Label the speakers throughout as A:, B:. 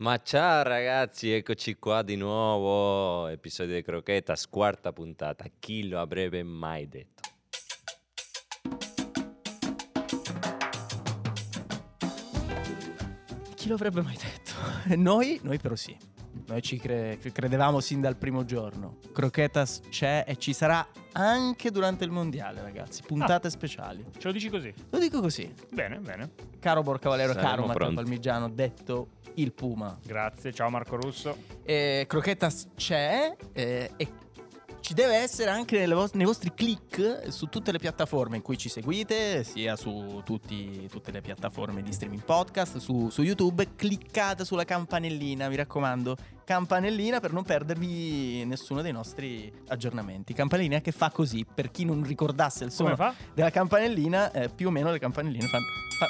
A: Ma ciao ragazzi, eccoci qua di nuovo, episodio di Croquetas, quarta puntata, chi lo avrebbe mai detto?
B: Chi lo avrebbe mai detto? Noi, noi però sì. Noi ci cre- cre- credevamo sin dal primo giorno. Croquetas c'è e ci sarà anche durante il mondiale, ragazzi. Puntate speciali.
C: Ce lo dici così?
B: Lo dico così.
C: Bene, bene.
B: Caro Borcavalero,
A: Saremo
B: caro Matteo
A: pronti.
B: Palmigiano, detto il Puma.
C: Grazie. Ciao Marco Russo.
B: E Croquetas Eh, c'è eh, e ci deve essere anche nelle vos- nei vostri click su tutte le piattaforme in cui ci seguite, sia su tutti- tutte le piattaforme di streaming podcast, su, su YouTube. Cliccate sulla campanellina, mi raccomando. Campanellina per non perdervi nessuno dei nostri aggiornamenti. Campanellina che fa così, per chi non ricordasse il
C: Come
B: suono
C: fa?
B: della campanellina, eh, più o meno le campanelline fanno... fa-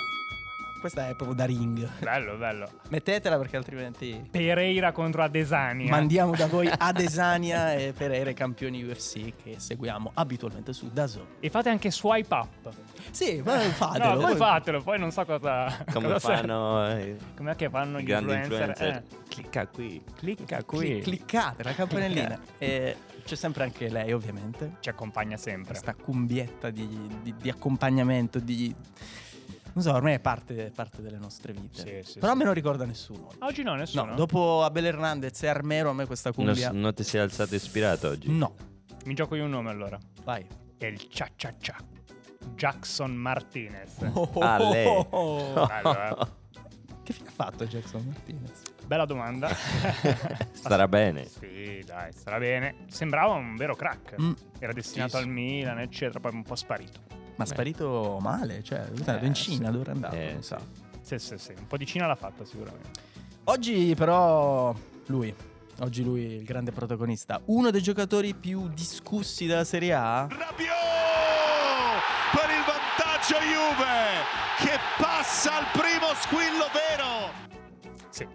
B: Questa è proprio da ring.
C: Bello, bello.
B: Mettetela perché altrimenti
C: Pereira contro Adesania.
B: Mandiamo da voi Adesania e Pereira, i campioni UFC che seguiamo abitualmente su Dazon.
C: e fate anche swipe up.
B: Sì, ma fatelo.
C: Eh, No, poi fatelo, poi non so cosa.
A: Come
C: cosa serve.
A: fanno eh,
C: Com'è che fanno
A: i
C: gli
A: grandi
C: influencer?
A: influencer?
C: Eh,
A: Clicca qui.
C: clicca qui.
B: Cli- cliccate la campanellina. E c'è sempre anche lei, ovviamente.
C: Ci accompagna sempre.
B: Questa cumbietta di, di- di accompagnamento, di... Non so, ormai è parte, parte delle nostre vite.
C: Sì, sì,
B: Però
C: sì.
B: me lo ricorda nessuno.
C: Oggi no,
B: No,
C: nessuno.
B: dopo Abel Hernandez e Armero, a me questa
A: Non,
B: cumbia...
A: non ti sei alzato ispirato oggi?
B: No,
C: Mi gioco io un nome allora.
B: vai.
C: È il cia cia cia. Jackson Martinez.
B: Oh.
A: Ah, lei.
C: Allora.
B: Che fine ha fatto Jackson Martinez?
C: Bella domanda.
A: Starà bene.
C: Sì, dai, sarà bene. Sembrava un vero crack.
B: Mm.
C: Era
B: Sì,
C: destinato
B: sì.
C: al Milan, eccetera, poi un po' sparito.
B: Ma è
A: Beh.
B: sparito male, cioè, è andato
A: Eh,
B: in Cina
A: sì.
B: dove è andato,
A: Eh,
B: non
A: sì.
B: sa.
C: Sì, sì, sì. Un po' di Cina l'ha fatta sicuramente.
B: Oggi però lui, oggi lui è il grande protagonista, uno dei giocatori più discussi della Serie A.
D: Rabiot per il vantaggio Juve che passa al primo squillo vero.
C: Sì.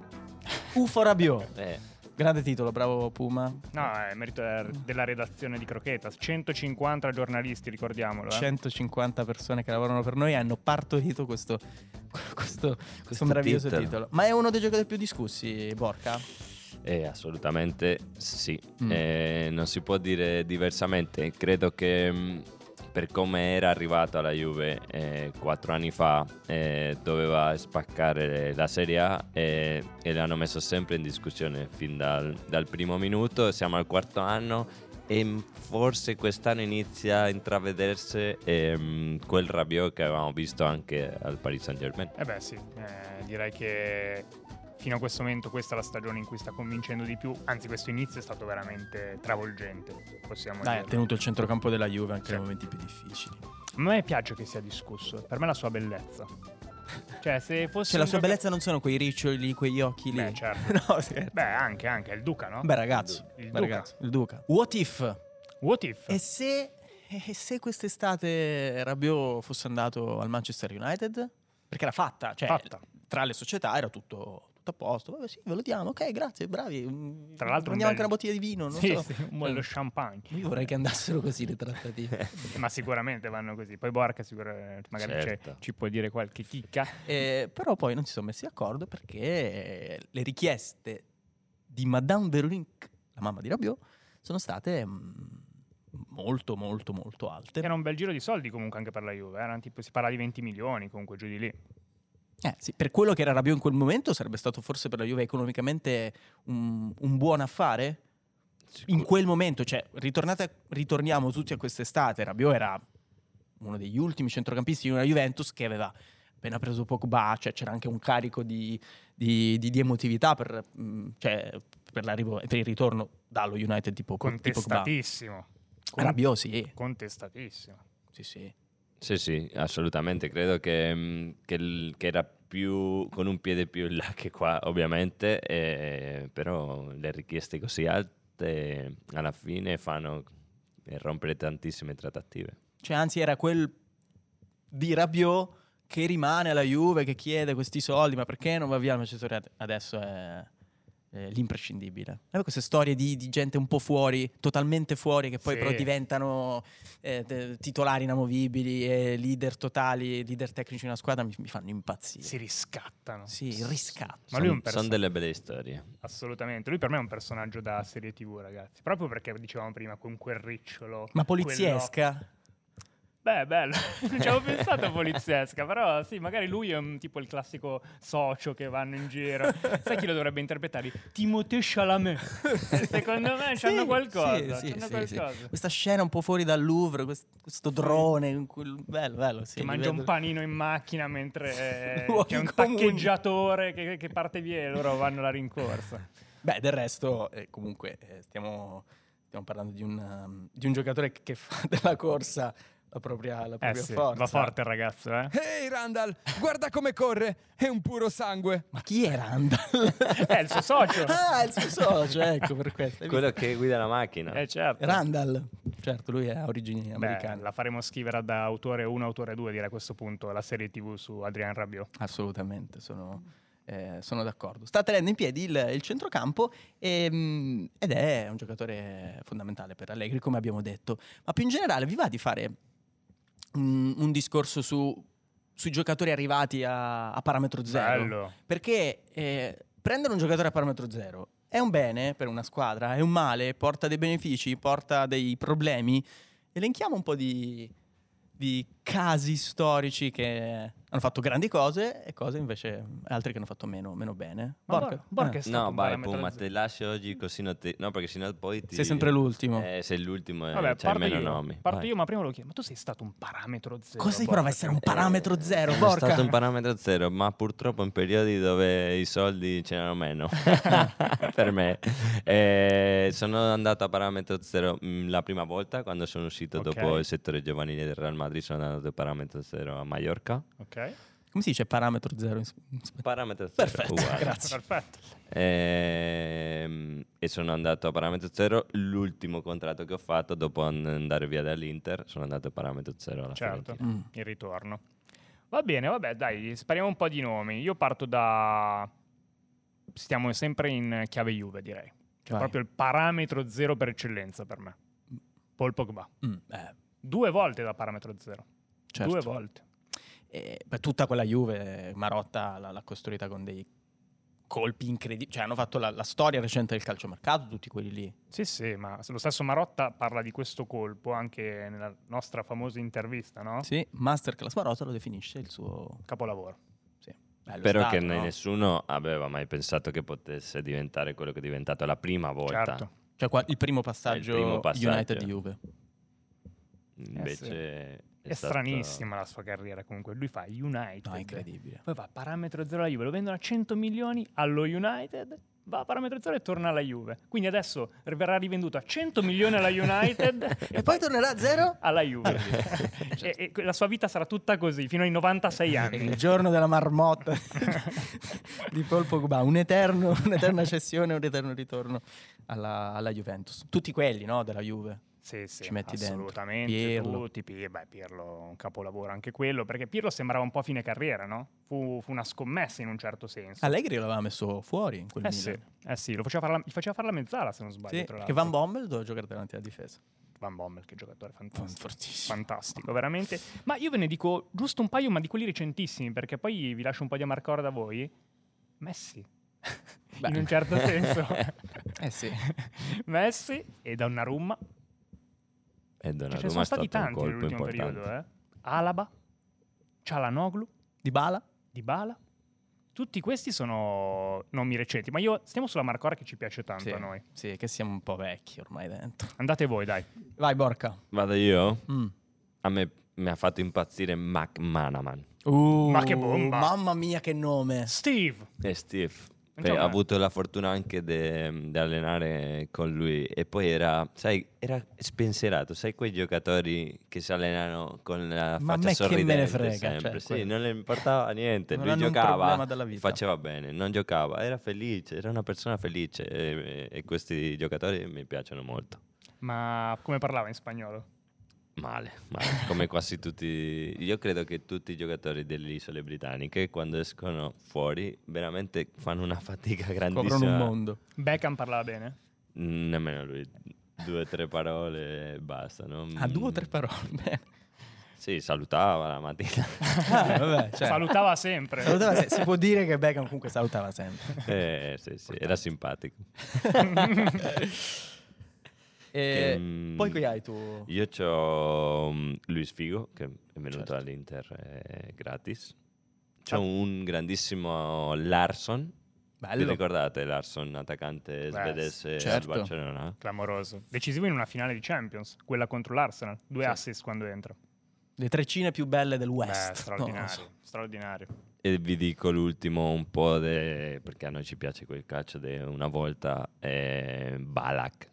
B: Ufo Rabiot.
A: Eh,
B: Grande titolo, bravo Puma.
C: No, è merito della- della redazione di Croquetas. 150 giornalisti, ricordiamolo. Eh.
B: 150 persone che lavorano per noi hanno partorito questo, questo, questo
A: Questo
B: meraviglioso
A: titolo.
B: titolo. Ma è uno dei giocatori più discussi, Borca?
A: eh, assolutamente sì.
B: Mm.
A: Eh, non si può dire diversamente. Credo che mh, per come era arrivato alla Juve eh, quattro anni fa, eh, doveva spaccare la Serie A eh, e l'hanno messo sempre in discussione fin dal, dal primo minuto. Siamo al quarto anno e mh, forse quest'anno inizia a intravedersi ehm, quel Rabiot che avevamo visto anche al Paris Saint Germain.
C: Eh beh sì, eh, direi che fino a questo momento questa è la stagione in cui sta convincendo di più, anzi questo inizio è stato veramente travolgente, possiamo
B: Dai, ha
C: dire.
B: tenuto il centrocampo della Juve anche
C: Sì.
B: nei momenti più difficili.
C: A me piace che sia discusso, per me è la sua bellezza. Cioè se fosse...
B: Cioè, la
C: un
B: sua
C: gioca-
B: bellezza non sono quei riccioli lì, quegli occhi lì.
C: Beh, certo.
B: no, scherzo.
C: Beh, anche, anche, è il Duca, no?
B: Beh, ragazzo,
C: Il
B: beh,
C: Duca.
B: ragazzo, il Duca. What if?
C: What if?
B: E se, e se quest'estate Rabiot fosse andato al Manchester United? Perché era fatta, cioè
C: Fatta.
B: tra le società era tutto, tutto a posto. Vabbè, sì, ve lo diamo, ok, grazie, bravi. Mm,
C: Tra l'altro un
B: prendiamo anche
C: bel-
B: una bottiglia di vino, non
C: sì,
B: so.
C: sì, un bello
B: Eh,
C: champagne.
B: Io vorrei che andassero così le trattative.
C: Ma sicuramente vanno così. Poi Borca sicuramente magari c'è-
A: Certo.
C: ci può dire qualche chicca.
B: Eh, però poi non si sono messi d'accordo perché le richieste di Madame Veronique, la mamma di Rabiot, sono state mm, molto, molto, molto alte.
C: Era un bel giro di soldi comunque anche per la Juve. eh, Erano tipo, si parla di 20 milioni comunque giù di lì.
B: Eh, sì, per quello che era Rabiot in quel momento sarebbe stato forse per la Juve economicamente un, un buon affare. In quel momento, cioè, ritornate- ritorniamo tutti a quest'estate, Rabiot era uno degli ultimi centrocampisti di una Juventus che aveva appena preso Pogba, cioè c'era anche un carico di, di- di- di emotività per, mm, cioè, per l'arrivo- per il ritorno dallo United tipo, tipo Pogba.
C: Contestatissimo. Con-
B: Rabiot sì,
C: Contestatissimo.
B: sì, sì.
A: Sì, sì, assolutamente. Credo che, mm, che l- che era più con un piede più in là che qua, ovviamente, eh, però le richieste così alte alla fine fanno eh, rompere tantissime trattative.
B: Cioè, anzi, era quel di Rabiot che rimane alla Juve, che chiede questi soldi, ma perché non va via il Manchester United? Adesso è, eh, l'imprescindibile. Allora, queste storie di, di gente un po' fuori, totalmente fuori, che poi
C: Sì.
B: però diventano eh, te- titolari inamovibili e leader totali, leader tecnici di una squadra, mi, mi fanno impazzire.
C: si riscattano.
B: Sì, il riscatto.
C: Ma lui è
A: Sono
C: un personaggio.
A: delle belle storie.
C: Assolutamente. Lui per me è un personaggio da serie TV, ragazzi. Proprio perché dicevamo prima con quel ricciolo.
B: Ma poliziesca?
C: quello- Beh, bello. non ci avevo pensato a poliziesca, però sì, magari lui è un, tipo il classico socio che vanno in giro. Sai chi lo dovrebbe interpretare? Timothée Chalamet. Eh, Secondo me
B: Sì,
C: c'hanno qualcosa.
B: sì, sì,
C: c'hanno
B: sì, sì.
C: qualcosa.
B: Questa scena un po' fuori dal Louvre, quest- questo drone, con quel- bello, bello. Sì,
C: Che mangia un
B: vedo-
C: panino in macchina mentre eh,
B: Luoghi
C: c'è un
B: comuni.
C: parcheggiatore che, che parte via e loro vanno alla rincorsa. Eh
B: Beh, del resto, eh, comunque, eh, stiamo, stiamo parlando di un, um, di un giocatore che- che fa della corsa la propria, la
C: Eh
B: propria
C: sì,
B: forza.
C: va forte il ragazzo, eh.
E: Ehi Randall, guarda come corre, è un puro sangue.
B: Ma chi è Randall?
C: È il suo socio.
B: ah, il suo socio, ecco, per questo. Hai
A: Quello che guida la macchina.
C: Eh certo.
B: visto? Randall. Certo, lui è a origini
C: Beh,
B: americane.
C: la faremo scrivere da autore 1, autore 2, direi a questo punto, la serie TV su Adrian Rabiot.
B: Assolutamente, sono, eh, sono d'accordo. Sta tenendo in piedi il, il centrocampo ehm, ed è un giocatore fondamentale per Allegri, come abbiamo detto. Ma più in generale, vi va di fare mm, un discorso su- sui giocatori arrivati a, a parametro zero?
C: Bello.
B: Perché eh, prendere un giocatore a parametro zero è un bene per una squadra, è un male, porta dei benefici, porta dei problemi. Elenchiamo un po' di, di casi storici che hanno fatto grandi cose e cose invece altre che hanno fatto meno, meno bene.
C: Ma
B: Borca,
C: Bor- Borca
B: eh,
C: è stato
A: No,
C: un
A: vai
C: parametro
A: Puma,
C: zero.
A: te lascio oggi così non ti- No, perché sennò poi ti...
B: sei sempre l'ultimo.
A: Eh, sei l'ultimo e
C: Vabbè,
A: c'hai
C: parto
A: meno
C: io.
A: nomi.
C: Parto
A: Vai.
C: io, ma prima lo chiedo. Ma tu sei stato un parametro zero?
B: Cosa ti
C: Borca?
B: prova a essere un parametro zero,
A: Sono
B: Borca?
A: stato un parametro zero, ma purtroppo in periodi dove i soldi c'erano meno per me. Eh, sono andato a parametro zero mm, la prima volta quando sono uscito
C: Ok.
A: dopo il settore giovanile del Real Madrid, sono andato a parametro zero a Mallorca.
C: Ok,
B: Come si dice parametro zero? in s- in s-
A: Parametro zero.
B: Perfetto,
A: uguale.
B: grazie.
C: perfetto.
A: Ehm, E, sono andato a parametro zero. L'ultimo contratto che ho fatto dopo an- andare via dall'Inter, sono andato a parametro zero alla
C: Certo,
A: Fiorentina.
B: Mm.
C: il ritorno. Va bene, vabbè, dai, spariamo un po' di nomi. Io parto da... Stiamo sempre in chiave Juve, direi. Cioè,
B: Vai.
C: proprio il parametro zero per eccellenza per me. Paul Pogba.
B: Mm, eh,
C: Due volte da parametro zero.
B: certo.
C: Due volte.
B: E, beh, Eh, tutta quella Juve, eh, Marotta l'ha, l'ha costruita con dei colpi incredibili. Cioè, hanno fatto la, la storia recente del calciomercato, tutti quelli lì.
C: Sì, sì, ma lo stesso Marotta parla di questo colpo anche nella nostra famosa intervista, no?
B: Sì, Masterclass Marotta lo definisce il suo
C: Capolavoro.
B: sì, bello
A: Però
B: stato,
A: che
B: no?
A: nessuno aveva mai pensato che potesse diventare quello che è diventato la prima volta.
C: Certo.
B: Cioè, qua- il primo passaggio,
A: È il primo passaggio.
B: United Juve.
A: Invece
C: Eh È,
A: stato-
C: stranissima la sua carriera comunque. Lui fa United.
B: No, è incredibile.
C: Poi va a parametro zero alla Juve, lo vendono a 100 milioni allo United, va a parametro zero e torna alla Juve. Quindi adesso verrà rivenduto a 100 milioni alla United
B: E poi tornerà a zero?
C: alla Juve.
B: Certo.
C: e, e la sua vita sarà tutta così fino ai 96 anni.
B: Il giorno della marmotta di Paul Pogba, un eterno, un'eterna cessione, un eterno ritorno alla, alla Juventus. Tutti quelli, no, della Juve.
C: Sì, sì,
B: Ci metti dentro.
C: assolutamente.
B: Pirlo.
C: tutti. Pi- beh, Pirlo un capolavoro anche quello, perché Pirlo sembrava un po' a fine carriera, no? Fu, fu una scommessa in un certo senso.
B: Allegri l'aveva messo fuori in quel
C: Eh sì,
B: Milan.
C: eh sì, lo faceva fare la- gli faceva fare la mezzala se non sbaglio.
B: Sì,
C: tra
B: perché
C: l'altro.
B: Van Bommel doveva giocare davanti alla difesa.
C: Van Bommel, che giocatore fantastico.
B: Fortissimo.
C: Fantastico, veramente. Ma io ve ne dico giusto un paio, ma di quelli recentissimi, perché poi vi lascio un po' di amarcord a voi. Messi. In un certo senso.
B: Eh sì.
C: Messi e Donnarumma. Cioè,
A: E Donnarumma
C: ce ne
A: è
C: Cioè, sono
A: stato
C: stati
A: un
C: tanti
A: colpo
C: nell'ultimo
A: importante.
C: periodo, eh. Alaba, Cialanoglu,
B: Di Bala?
C: Dybala. Tutti questi sono nomi recenti, ma io stiamo sulla marcora che ci piace tanto a noi.
B: sì, che siamo un po' vecchi ormai dentro.
C: Andate voi, dai.
B: Vai Borca.
C: eh.
A: Vado io?
B: Mm.
A: A me mi ha fatto impazzire Mac Manaman
B: Uh,
C: Ma che bomba!
B: Mamma mia che nome!
C: Steve.
A: e Eh, Steve.
C: Non
A: Beh,
C: so,
A: ho
C: ma-
A: avuto la fortuna anche de- di allenare con lui e poi era, sai, era spensierato, sai quei giocatori che si allenano con la
B: Ma a
A: faccia
B: me che me ne
A: sorridente
B: frega,
A: sempre,
B: cioè,
A: sì,
B: quello-
A: non le importava niente,
B: Non
A: lui
B: hanno un problema
A: giocava,
B: della vita.
A: faceva bene, non giocava, era felice, era una persona felice e, e questi giocatori mi piacciono molto.
C: Ma come parlava in spagnolo?
A: Male, male, come quasi tutti. Io credo che tutti i giocatori delle isole britanniche, quando escono fuori, veramente fanno una fatica
B: Coprono un
A: grandissima.
B: mondo.
C: Beckham parlava bene.
A: Mm, Nemmeno lui. Due o tre parole e basta. No?
B: A Ah, due o
A: Mm,
B: tre parole. bene.
A: Sì, salutava la mattina.
C: Eh,
B: Ah, vabbè, cioè,
C: Salutava sempre.
B: salutava se- si può dire che Beckham comunque salutava sempre.
A: Eh, sì, sì, era simpatico.
B: E
A: Ehm,
B: Eh, poi qui hai tu...
A: Io c'ho mm, Luis Figo che è venuto
B: Certo.
A: all'Inter eh, gratis. C'ho un grandissimo Larson. Vi
B: Bello.
A: ricordate Larson, attaccante svedese
B: certo.
A: al Barcellona?
C: Clamoroso. Decisivo in una finale di Champions, quella contro l'Arsenal. Due assist quando entra.
B: Le trecine più belle del
C: Beh,
B: West.
C: straordinario.
B: Non lo so.
C: straordinario.
A: E vi dico l'ultimo un po' de- perché a noi ci piace quel calcio di una volta eh, Balak.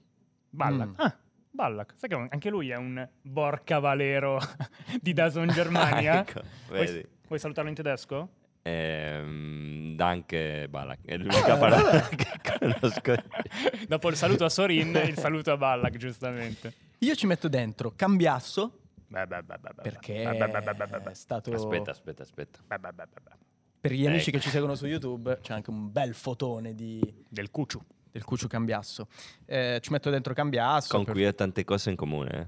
C: Ballack.
B: Mm.
C: Ah, Ballack. Sai che anche lui è un borcavalero di Dazon Germania.
A: Ecco,
C: eh? vuoi,
A: vedi.
C: vuoi salutarlo in tedesco?
A: Ehm, Danke Balak. È l'unica parola che conosco.
C: Dopo il saluto a Sorin, il saluto a Ballack, giustamente.
B: Io ci metto dentro Cambiasso,
C: Beh, beh, beh, beh, beh,
B: perché
C: beh, beh, beh, beh, beh, beh.
B: è stato...
A: Aspetta, aspetta, aspetta.
C: Beh, beh, beh, beh, beh.
B: Per gli amici
A: Ecco.
B: che ci seguono su YouTube c'è anche un bel fotone di-
C: Del Cucciu.
B: del Cuccio Cambiasso. Eh, ci metto dentro Cambiasso.
A: Con
B: per-
A: cui ho tante cose in comune. eh.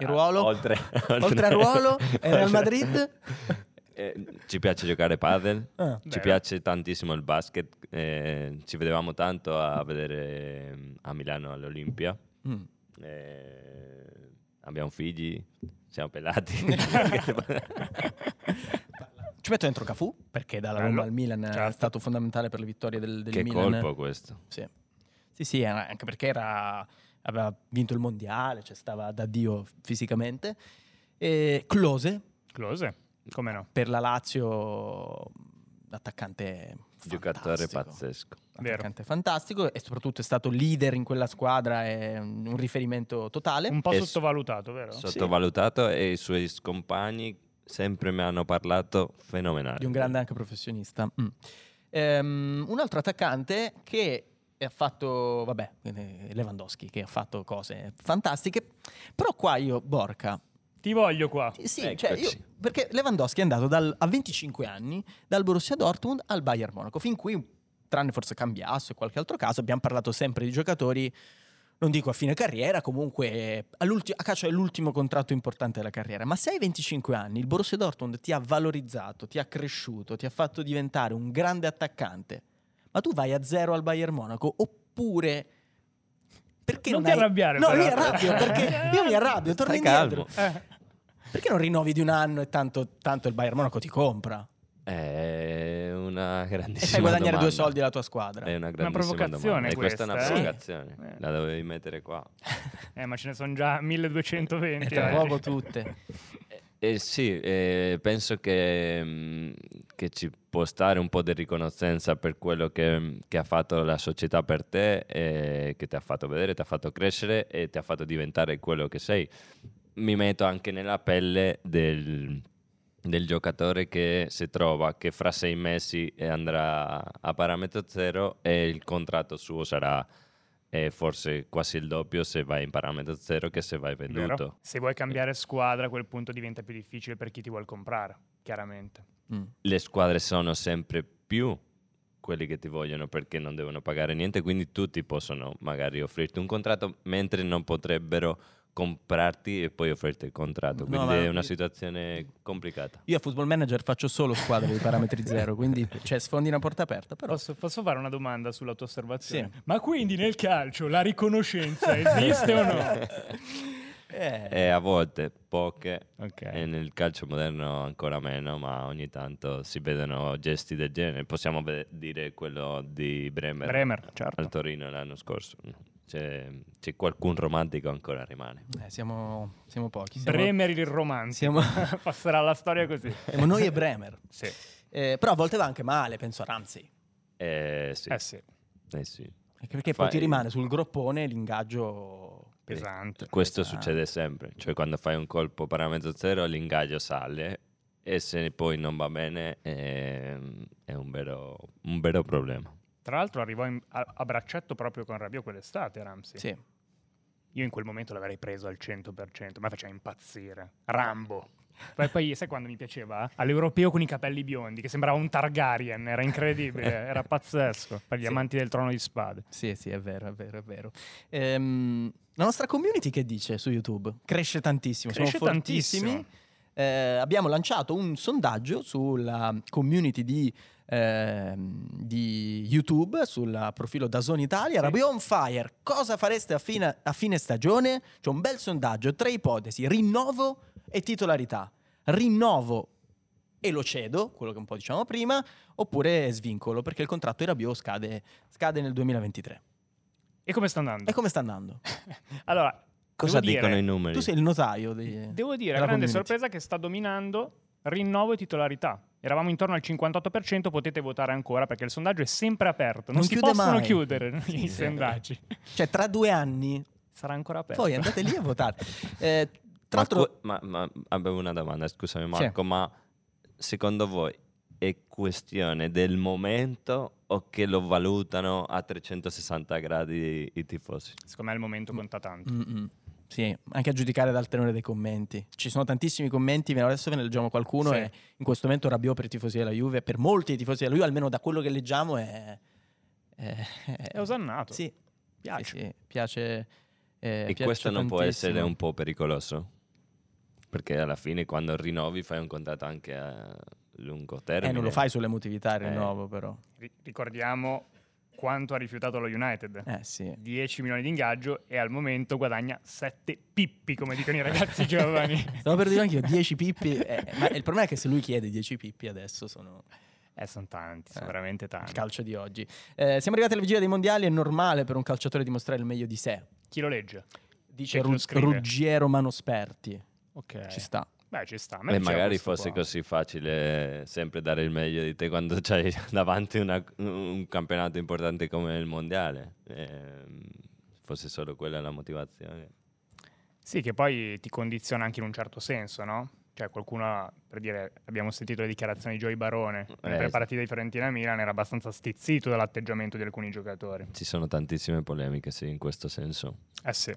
B: Il
A: Ah,
B: ruolo?
A: oltre,
B: Oltre al ruolo, è Real
A: oltre-
B: Madrid?
A: Eh, ci piace giocare a padel.
B: Ah.
A: Ci
C: Vero.
A: piace tantissimo il basket. eh, ci vedevamo tanto a vedere ehm, a Milano all'Olimpia.
B: Mm.
A: Eh, abbiamo figli, siamo pelati.
B: Ci metto dentro Cafu, perché dalla
C: Bello.
B: Roma al Milan è
C: Certo.
B: stato fondamentale per le vittorie del, del
A: che
B: Milan.
A: colpo questo.
B: Sì. sì, sì, era- anche perché era- aveva vinto il mondiale, cioè stava da Dio fisicamente. E Close
C: Close. Come no?
B: per la Lazio, attaccante
A: Giocatore
B: fantastico.
A: pazzesco.
C: Vero.
B: Attaccante fantastico e soprattutto è stato leader in quella squadra, è un un riferimento totale.
C: Un po'
A: Es-
C: sottovalutato, vero?
A: Sottovalutato e i suoi compagni sempre mi hanno parlato fenomenale.
B: di un grande anche professionista. Mm. Ehm, un altro attaccante che ha fatto, vabbè, eh, Lewandowski, che ha fatto cose fantastiche, però qua io, Borca,
C: Ti voglio qua.
B: sì, cioè io-
A: Eccoci.
B: perché Lewandowski è andato dal- a 25 anni dal Borussia Dortmund al Bayern Monaco, fin qui, tranne forse Cambiasso e qualche altro caso, abbiamo parlato sempre di giocatori, non dico a fine carriera, comunque all'ulti- a caccia dell'ultimo contratto importante della carriera, ma se hai 25 anni il Borussia Dortmund ti ha valorizzato, ti ha cresciuto, ti ha fatto diventare un grande attaccante, ma tu vai a zero al Bayern Monaco oppure... Perché
C: Non
B: non,
C: ti
B: hai-
C: arrabbiare,
B: No,
C: però. Eh,
B: mi arrabbio perché io mi arrabbio, torno
A: Stai
B: indietro.
A: calmo.
B: Perché non rinnovi di un anno e tanto, tanto il Bayern Monaco ti compra?
A: È una grandissima
B: E Eh, fai guadagnare
A: domanda. Eh.
B: due soldi alla tua squadra.
A: È una grandissima
C: provocazione
A: domanda. E questa è una
C: questa, eh?
A: provocazione.
C: Sì.
A: La dovevi mettere qua.
C: Eh, ma ce ne sono già 1220.
B: E tra
C: oggi.
B: poco tutte.
A: Eh, sì, eh, penso che, mm, che ci può stare un po' di riconoscenza per quello che, mm, che ha fatto la società per te, eh, che ti ha fatto vedere, ti ha fatto crescere e ti ha fatto diventare quello che sei. Mi metto anche nella pelle del, del giocatore che si trova, che fra sei mesi eh, andrà a parametro zero e il contratto suo sarà eh, forse quasi il doppio se vai in parametro zero che se vai
C: Vero?
A: venduto.
C: Se vuoi cambiare squadra, a quel punto diventa più difficile per chi ti vuole comprare, chiaramente.
B: Mm.
A: le squadre sono sempre più quelli che ti vogliono perché non devono pagare niente, quindi tutti possono magari offrirti un contratto mentre non potrebbero comprarti e poi offrirti il contratto,
B: No,
A: quindi
B: ma-
A: è una situazione complicata.
B: Io a Football Manager faccio solo squadre di parametri zero, quindi cioè, sfondi una porta aperta, però...
C: Posso, posso fare una domanda sulla tua osservazione?
B: Sì.
C: Ma quindi nel calcio la riconoscenza esiste o no?
B: Eh,
A: E a volte poche
C: Ok.
A: e nel calcio moderno ancora meno, ma ogni tanto si vedono gesti del genere. Possiamo ve- dire quello di Bremer,
C: Bremer, certo.
A: al Torino l'anno scorso. C'è, c'è qualcun romantico ancora rimane.
B: eh, siamo, siamo pochi. Siamo,
C: Bremer il romanzo.
B: siamo, Eh,
C: Passerà la storia così.
B: siamo noi e Bremer.
C: Sì.
B: Eh, però a volte va anche male, penso a Ramsey.
A: Eh sì,
C: Eh sì,
A: eh sì.
B: Anche Perché poi
A: Fai-
B: ti rimane sul groppone l'ingaggio...
C: pesante.
A: Questo
B: Esatto.
A: succede sempre, cioè quando fai un colpo parametro zero l'ingaggio sale e se poi non va bene ehm, è un vero, un vero problema.
C: Tra l'altro arrivò in- a, a braccetto proprio con Rabiot quell'estate, Ramsey.
B: Sì.
C: Io in quel momento l'avrei preso al 100%, ma faceva impazzire. Rambo. Poi, poi sai quando mi piaceva? All'europeo con i capelli biondi, che sembrava un Targaryen, era incredibile, era pazzesco, per gli
B: Sì.
C: amanti del trono di spade.
B: Sì, sì, è vero, è vero, è vero. Ehm, la nostra community che dice su YouTube? Cresce tantissimo,
C: Cresce
B: siamo fortissimi.
C: tantissimo.
B: Eh, abbiamo lanciato un sondaggio sulla community di, ehm, di YouTube, sul profilo Dazon Italia.
C: Sì.
B: Rabion Fire, cosa fareste a fine, a fine stagione? C'è un bel sondaggio, tre ipotesi, rinnovo e titolarità. Rinnovo e lo cedo, quello che un po' diciamo prima, oppure svincolo, perché il contratto di Rabiot scade, scade nel 2023.
C: E come sta andando?
B: E come sta andando?
C: Allora,
A: Cosa
C: devo
A: dicono
C: dire,
A: i numeri?
B: Tu sei il notaio di...
C: Devo dire,
B: della
C: grande
B: community.
C: sorpresa che sta dominando rinnovo e titolarità. Eravamo intorno al 58%, potete votare ancora perché il sondaggio è sempre aperto. Non,
B: Non
C: si
B: chiude
C: possono
B: mai.
C: chiudere
B: Sì,
C: i
B: sì.
C: sondaggi.
B: Cioè, tra due anni,
C: Sarà ancora aperto.
B: poi andate lì a votare. Eh, tra
A: Ma,
B: l'altro...
A: que- ma- ma avevo una domanda, scusami Marco,
B: Sì.
A: ma secondo voi è questione del momento o che lo valutano a 360 gradi i tifosi?
C: Secondo me il momento conta tanto.
B: Mm-mm. Sì, anche a giudicare dal tenore dei commenti. Ci sono tantissimi commenti, ve- adesso ve ne leggiamo qualcuno
C: Sì.
B: e in questo momento Rabiot per i tifosi della Juve, per molti tifosi della Juve, almeno da quello che leggiamo è... È,
C: È osannato.
B: Sì,
C: Piace.
B: sì, sì, piace eh,
A: e
B: piace
A: questo non può essere
B: tantissimo. Eh,
A: un po' pericoloso? Perché alla fine quando rinnovi fai un contratto anche a lungo
B: Eh,
A: termine.
B: non lo fai sull'emotività il
A: Eh.
B: rinnovo però.
C: Ri- Ricordiamo quanto ha rifiutato lo United.
B: Eh sì.
C: 10 milioni di ingaggio e al momento guadagna 7 pippi, come dicono i ragazzi giovani.
B: Stavo per dire anche io 10 pippi, eh, ma il problema è che se lui chiede 10 pippi adesso sono
C: Eh, sono tanti,
B: Eh.
C: sono veramente
B: il
C: tanti.
B: calcio di oggi. Eh, siamo arrivati alla vigilia dei mondiali, è normale per un calciatore dimostrare il meglio di sé.
C: Chi lo legge?
B: Dice
C: E chi lo
B: Ru-
C: scrive? Eh.
B: Ruggiero Manosperti,
C: Ok.
B: ci sta.
C: Beh, ci sta. a me
A: E
C: piaceva
A: magari
C: questo
A: fosse
C: qua.
A: così facile sempre dare il meglio di te quando c'hai davanti una- un campionato importante come il mondiale. Ehm, fosse solo quella la motivazione.
C: Sì, che poi ti condiziona anche in un certo senso, no? Cioè qualcuno, per dire, abbiamo sentito le dichiarazioni di Joey Barone
A: Eh,
C: per
A: sì.
C: la partita di Fiorentina-Milan, era abbastanza stizzito dall'atteggiamento di alcuni giocatori.
A: Ci sono tantissime polemiche, sì, in questo senso.
C: Eh sì.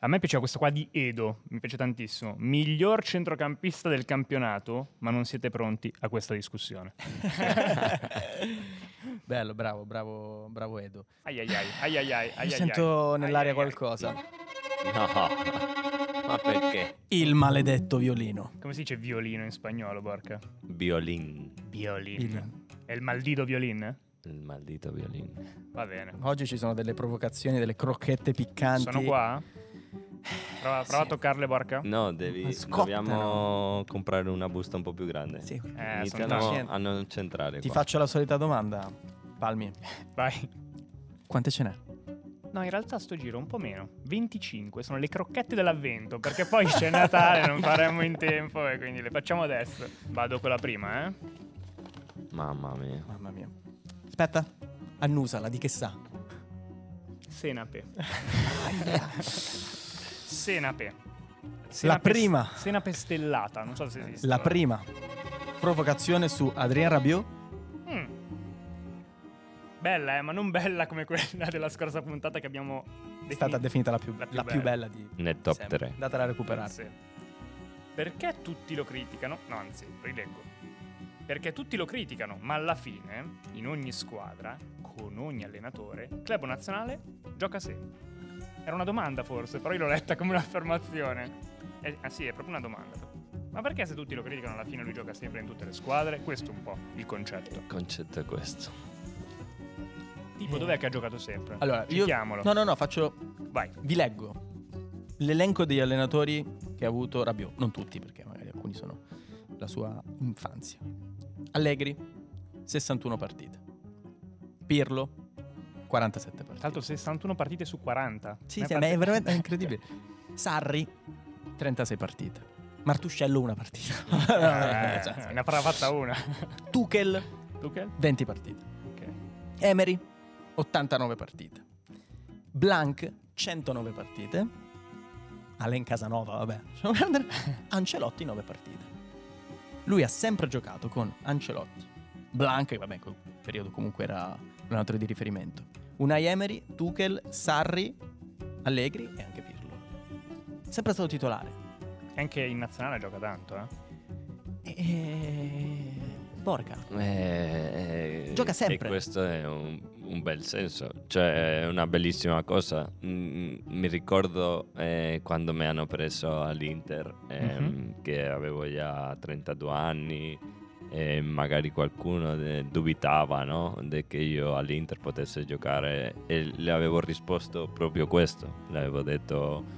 C: A me piaceva questo qua di Edo, mi piace tantissimo. Miglior centrocampista del campionato, ma non siete pronti a questa discussione.
B: Bello, bravo, bravo, bravo Edo.
C: Ai ai ai, ai ai ai, ai
B: Io
C: ai
B: sento
C: ai.
B: nell'aria
C: Ai ai ai.
B: qualcosa.
A: No, ma perché?
B: Il maledetto violino.
C: Come si dice violino in spagnolo, porca?
A: Violin,
C: Violin. È il maldito violin?
A: il maldito violin.
C: Va bene.
B: Oggi ci sono delle provocazioni, delle crocchette piccanti.
C: Sono qua? Prova, prova a
B: Sì.
C: toccarle, porca.
A: No, devi,
B: Ma Eh, scottano.
A: dobbiamo comprare una busta un po' più grande.
B: Sì.
C: Eh, sono
A: Iniziano
B: tanti.
A: a non centrare.
B: Ti
A: qua.
B: faccio la solita domanda, Palmi.
C: Vai.
B: Quante ce n'è?
C: No, in realtà sto giro un po' meno. 25 sono le crocchette dell'avvento, perché poi c'è Natale, non faremo in tempo e quindi le facciamo adesso. Vado con la prima, eh.
A: Mamma mia.
B: Mamma mia. Aspetta, annusala, di che sa?
C: Senape. Senape.
B: prima.
C: s- Senape stellata, non so se esiste.
B: La prima provocazione su Adrien Rabiot.
C: Mm. Bella, eh, ma non bella come quella della scorsa puntata che abbiamo
B: È stata definita
C: definito.
B: la più,
C: la più
B: la più bella. di
A: Nel top
B: sempre.
A: 3.
B: Andatela a recuperare.
C: Sì. Perché tutti lo criticano? No, anzi, rileggo. Perché tutti lo criticano, ma alla fine, in ogni squadra, con ogni allenatore, il club nazionale gioca sempre. Era una domanda forse, però io l'ho letta come un'affermazione. Eh, ah sì, è proprio una domanda. Ma perché se tutti lo criticano alla fine lui gioca sempre in tutte le squadre? Questo è un po' il concetto.
A: Concetto è questo.
C: Tipo,
B: Eh.
C: dov'è che ha giocato sempre?
B: Allora, io...
C: Citiamolo.
B: No, no, no, faccio...
C: Vai.
B: Vi leggo l'elenco degli allenatori che ha avuto Rabiot. Non tutti, perché magari alcuni sono la sua infanzia. Allegri, 61 partite. Pirlo, 47 partite.
C: Tanto 61 partite su 40.
B: Sì,
C: Ne
B: sì,
C: ha
B: ma è
C: fatte-
B: veramente incredibile. Sarri, 36 partite. Martuscello, una partita.
C: Eh,
B: Cioè, sì.
C: ne avrà fatta una.
B: Tuchel,
C: Tuchel?
B: 20 partite.
C: Ok.
B: Emery, 89 partite. Blank, 109 partite. Alen Casanova, vabbè. lasciamo perdere. Ancelotti, 9 partite. Lui ha sempre giocato con Ancelotti. Blank, che vabbè, in quel periodo comunque era un altro di riferimento. Unai Emery, Tuchel, Sarri, Allegri e anche Pirlo. sempre stato titolare.
C: Anche in nazionale gioca tanto, eh.
B: E- E... Borca.
A: Eh, eh,
B: Gioca sempre.
A: E questo è un, un bel senso, cioè è una bellissima cosa. Mm, mi ricordo eh, quando mi hanno preso all'Inter, ehm,
C: Mhm.
A: che avevo già 32 anni e magari qualcuno eh, dubitava no? De che io all'Inter potesse giocare e le avevo risposto proprio questo, le avevo detto...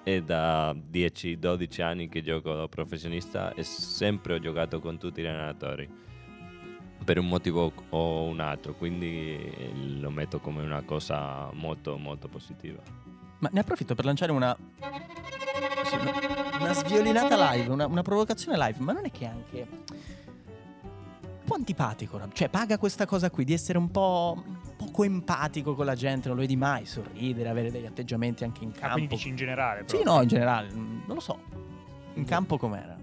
A: È da 10-12 anni che gioco da professionista e sempre ho giocato con tutti gli allenatori per un motivo o un altro, quindi lo metto come una cosa molto molto positiva.
B: Ma ne approfitto per lanciare una. sì, una- Una sviolinata live, una, una provocazione live, ma non è che è anche. Un po' antipatico, Rab- cioè paga questa cosa qui di essere un po' poco empatico con la gente, non lo vedi mai sorridere, avere degli atteggiamenti anche in
C: Ah, quindi
B: campo.
C: dici in generale.
B: Sì,
C: proprio.
B: no, in generale, mm, non lo so. In campo com'era?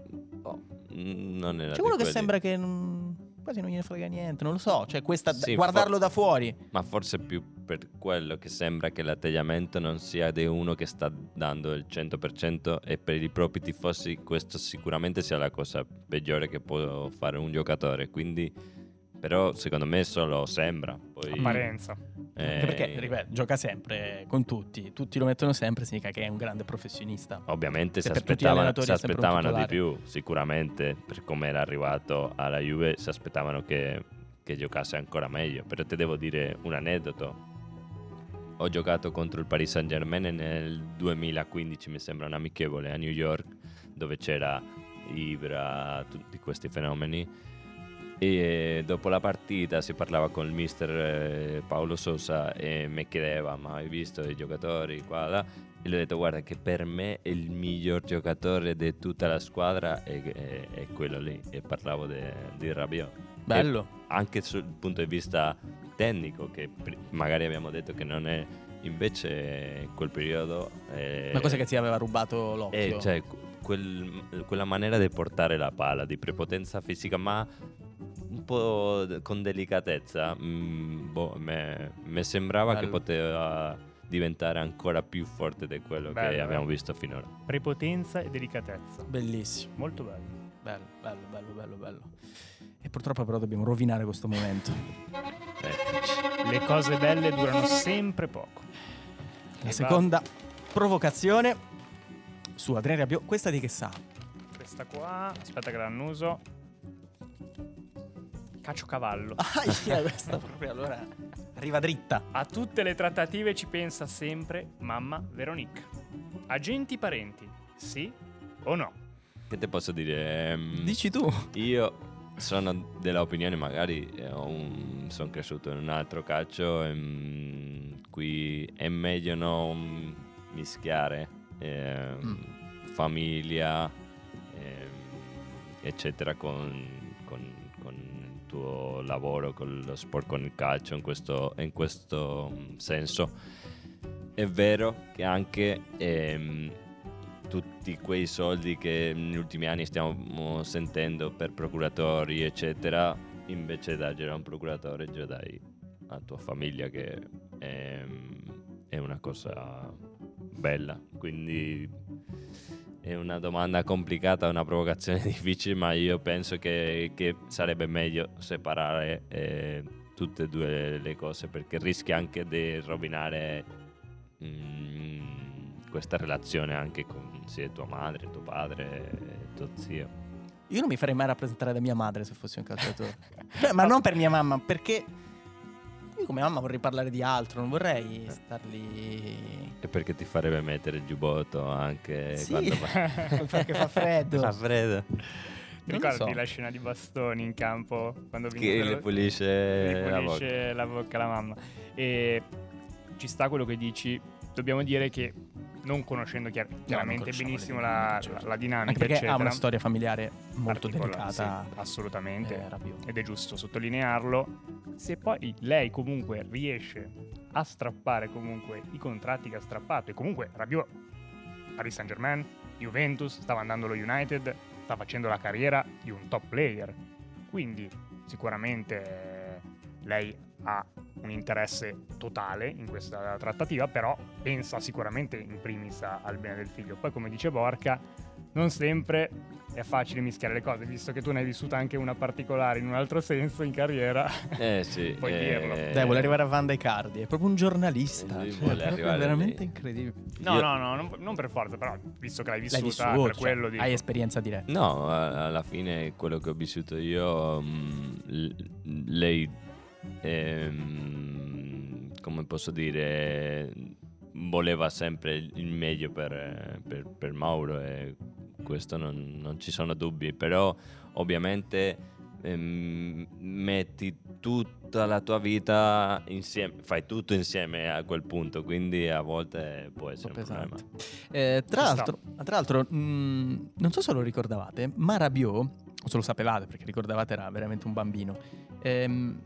A: Mm, Non era
B: C'è
A: di
B: uno che
A: quelli.
B: sembra che non- quasi non gliene frega niente, non lo so, cioè questa
A: Sì,
B: guardarlo
A: for-
B: da fuori.
A: Ma forse più per quello che sembra che l'atteggiamento non sia di uno che sta dando il 100% e per i propri tifosi questo sicuramente sia la cosa peggiore che può fare un giocatore, quindi però secondo me solo sembra. Poi,
C: Apparenza.
A: eh,
B: Anche Perché, ripeto, gioca sempre con tutti, tutti lo mettono sempre, significa che è un grande professionista.
A: Ovviamente si
B: Se per tutti gli
A: aspettavano,
B: allenatori
A: si
B: è sempre un
A: aspettavano di
B: titolare.
A: più, sicuramente per come era arrivato alla Juve si aspettavano che, che giocasse ancora meglio, però ti devo dire un aneddoto. Ho giocato contro il Paris Saint Germain nel 2015, mi sembra un amichevole, a New York, dove c'era Ibra, tutti questi fenomeni. E dopo la partita si parlava con il mister eh, Paolo Sosa e mi chiedeva ma hai visto i giocatori qua là? E gli ho detto guarda che per me il miglior giocatore di tutta la squadra è, è- è quello lì e parlavo de- di Rabiot
B: Bello.
A: anche sul punto di vista tecnico che pri- magari abbiamo detto che non è invece in quel periodo eh,
B: Una cosa che ti aveva rubato l'occhio.
A: eh, cioè, qu- quel- quella maniera di portare la palla, di prepotenza fisica, ma un po' d- con delicatezza, mm, boh, me- mi sembrava che
B: Bello.
A: poteva diventare ancora più forte di quello che
C: Bello,
A: abbiamo
C: eh.
A: visto finora.
C: Prepotenza e delicatezza.
B: Bellissimo.
C: Molto bello.
B: Bello, bello, bello, bello, bello. E purtroppo però dobbiamo rovinare questo momento.
A: Eh,
C: Le cose belle durano sempre poco.
B: La
A: Eh,
C: va.
B: seconda provocazione su Adrien Rabiot. Questa di che sa?
C: Questa qua, aspetta che la annuso. Caccio cavallo.
B: Ah, sì, questa proprio allora arriva
A: Mm.
B: dritta.
C: A tutte le trattative ci pensa sempre mamma Veronica. Agenti parenti, sì o no?
A: Che te posso dire? Ehm,
B: Dici tu.
A: Io sono dell'opinione, magari sono cresciuto in un altro calcio, e, mm, qui è meglio non mischiare ehm,
C: Mm.
A: famiglia, ehm, eccetera, con, con- con il tuo lavoro, con lo sport, con il calcio, in questo, in questo mm, senso. È vero che anche... ehm, tutti quei soldi che negli ultimi anni stiamo sentendo per procuratori, eccetera, invece da girare a un procuratore, già dai a tua famiglia, che ehm, è, una cosa bella. Quindi è una domanda complicata, una provocazione difficile, ma io penso che, che sarebbe meglio separare eh, tutte e due le cose perché rischi anche di rovinare mm, questa relazione anche con sia tua madre, tuo padre, eh, tuo zio.
B: Io non mi farei mai rappresentare da mia madre se fossi un calciatore. Cioè, ma non per mia mamma, perché io come mamma vorrei parlare di altro, non vorrei star lì.
A: E perché ti farebbe mettere il giubbotto anche
B: Sì.
A: Eh, quando fa,
B: perché fa freddo.
A: fa freddo.
C: Ti
B: Non lo
C: ricordi
B: so.
C: la scena di bastoni in campo quando
A: Che
C: vinsero-
A: le
B: Eh,
A: pulisce la bocca.
C: pulisce la bocca la mamma. E ci sta quello che dici. Dobbiamo dire che non conoscendo chiar- chiaramente
B: conosciamo
C: benissimo
B: le
C: la,
B: dinamiche,
C: la-
B: certo.
C: la dinamica,
B: Anche perché ha
C: eccetera,
B: una storia familiare molto
C: particolare,
B: delicata.
C: sì, assolutamente.
B: eh, Rabiot.
C: ed è giusto sottolinearlo, se poi lei comunque riesce a strappare comunque i contratti che ha strappato e comunque Rabiot, Paris Saint Germain, Juventus, stava andando allo United, sta facendo la carriera di un top player, quindi sicuramente eh, lei ha un interesse totale in questa trattativa, però pensa sicuramente in primis a- al bene del figlio. Poi, come dice Borca, non sempre è facile mischiare le cose, visto che tu ne hai vissuta anche una particolare in un altro senso in carriera.
A: Eh sì.
C: Puoi
A: eh,
C: dirlo.
B: Dai, vuole arrivare a Vanda e Cardi. È proprio un giornalista.
A: Lui
B: cioè,
A: vuole
B: è proprio
A: arrivare
B: veramente
A: lì.
B: incredibile.
C: No,
A: Io-
C: no, no, non, non per forza, però visto che l'hai vissuta,
B: L'hai vissuto,
C: per
B: cioè,
C: quello di...
B: hai esperienza diretta.
A: No, a- alla fine quello che ho vissuto io, mm, l- lei, ehm, come posso dire, voleva sempre il meglio per, eh, per- per Mauro e questo non, non ci sono dubbi, però ovviamente ehm, metti tutta la tua vita insieme, fai tutto insieme a quel punto, quindi a volte può essere un problema.
B: pesante. Eh, tra,
C: Ci sta.
B: l'altro, tra l'altro, mh, non so se lo ricordavate, ma Rabiot, o se lo sapevate perché ricordavate era veramente un bambino, ehm,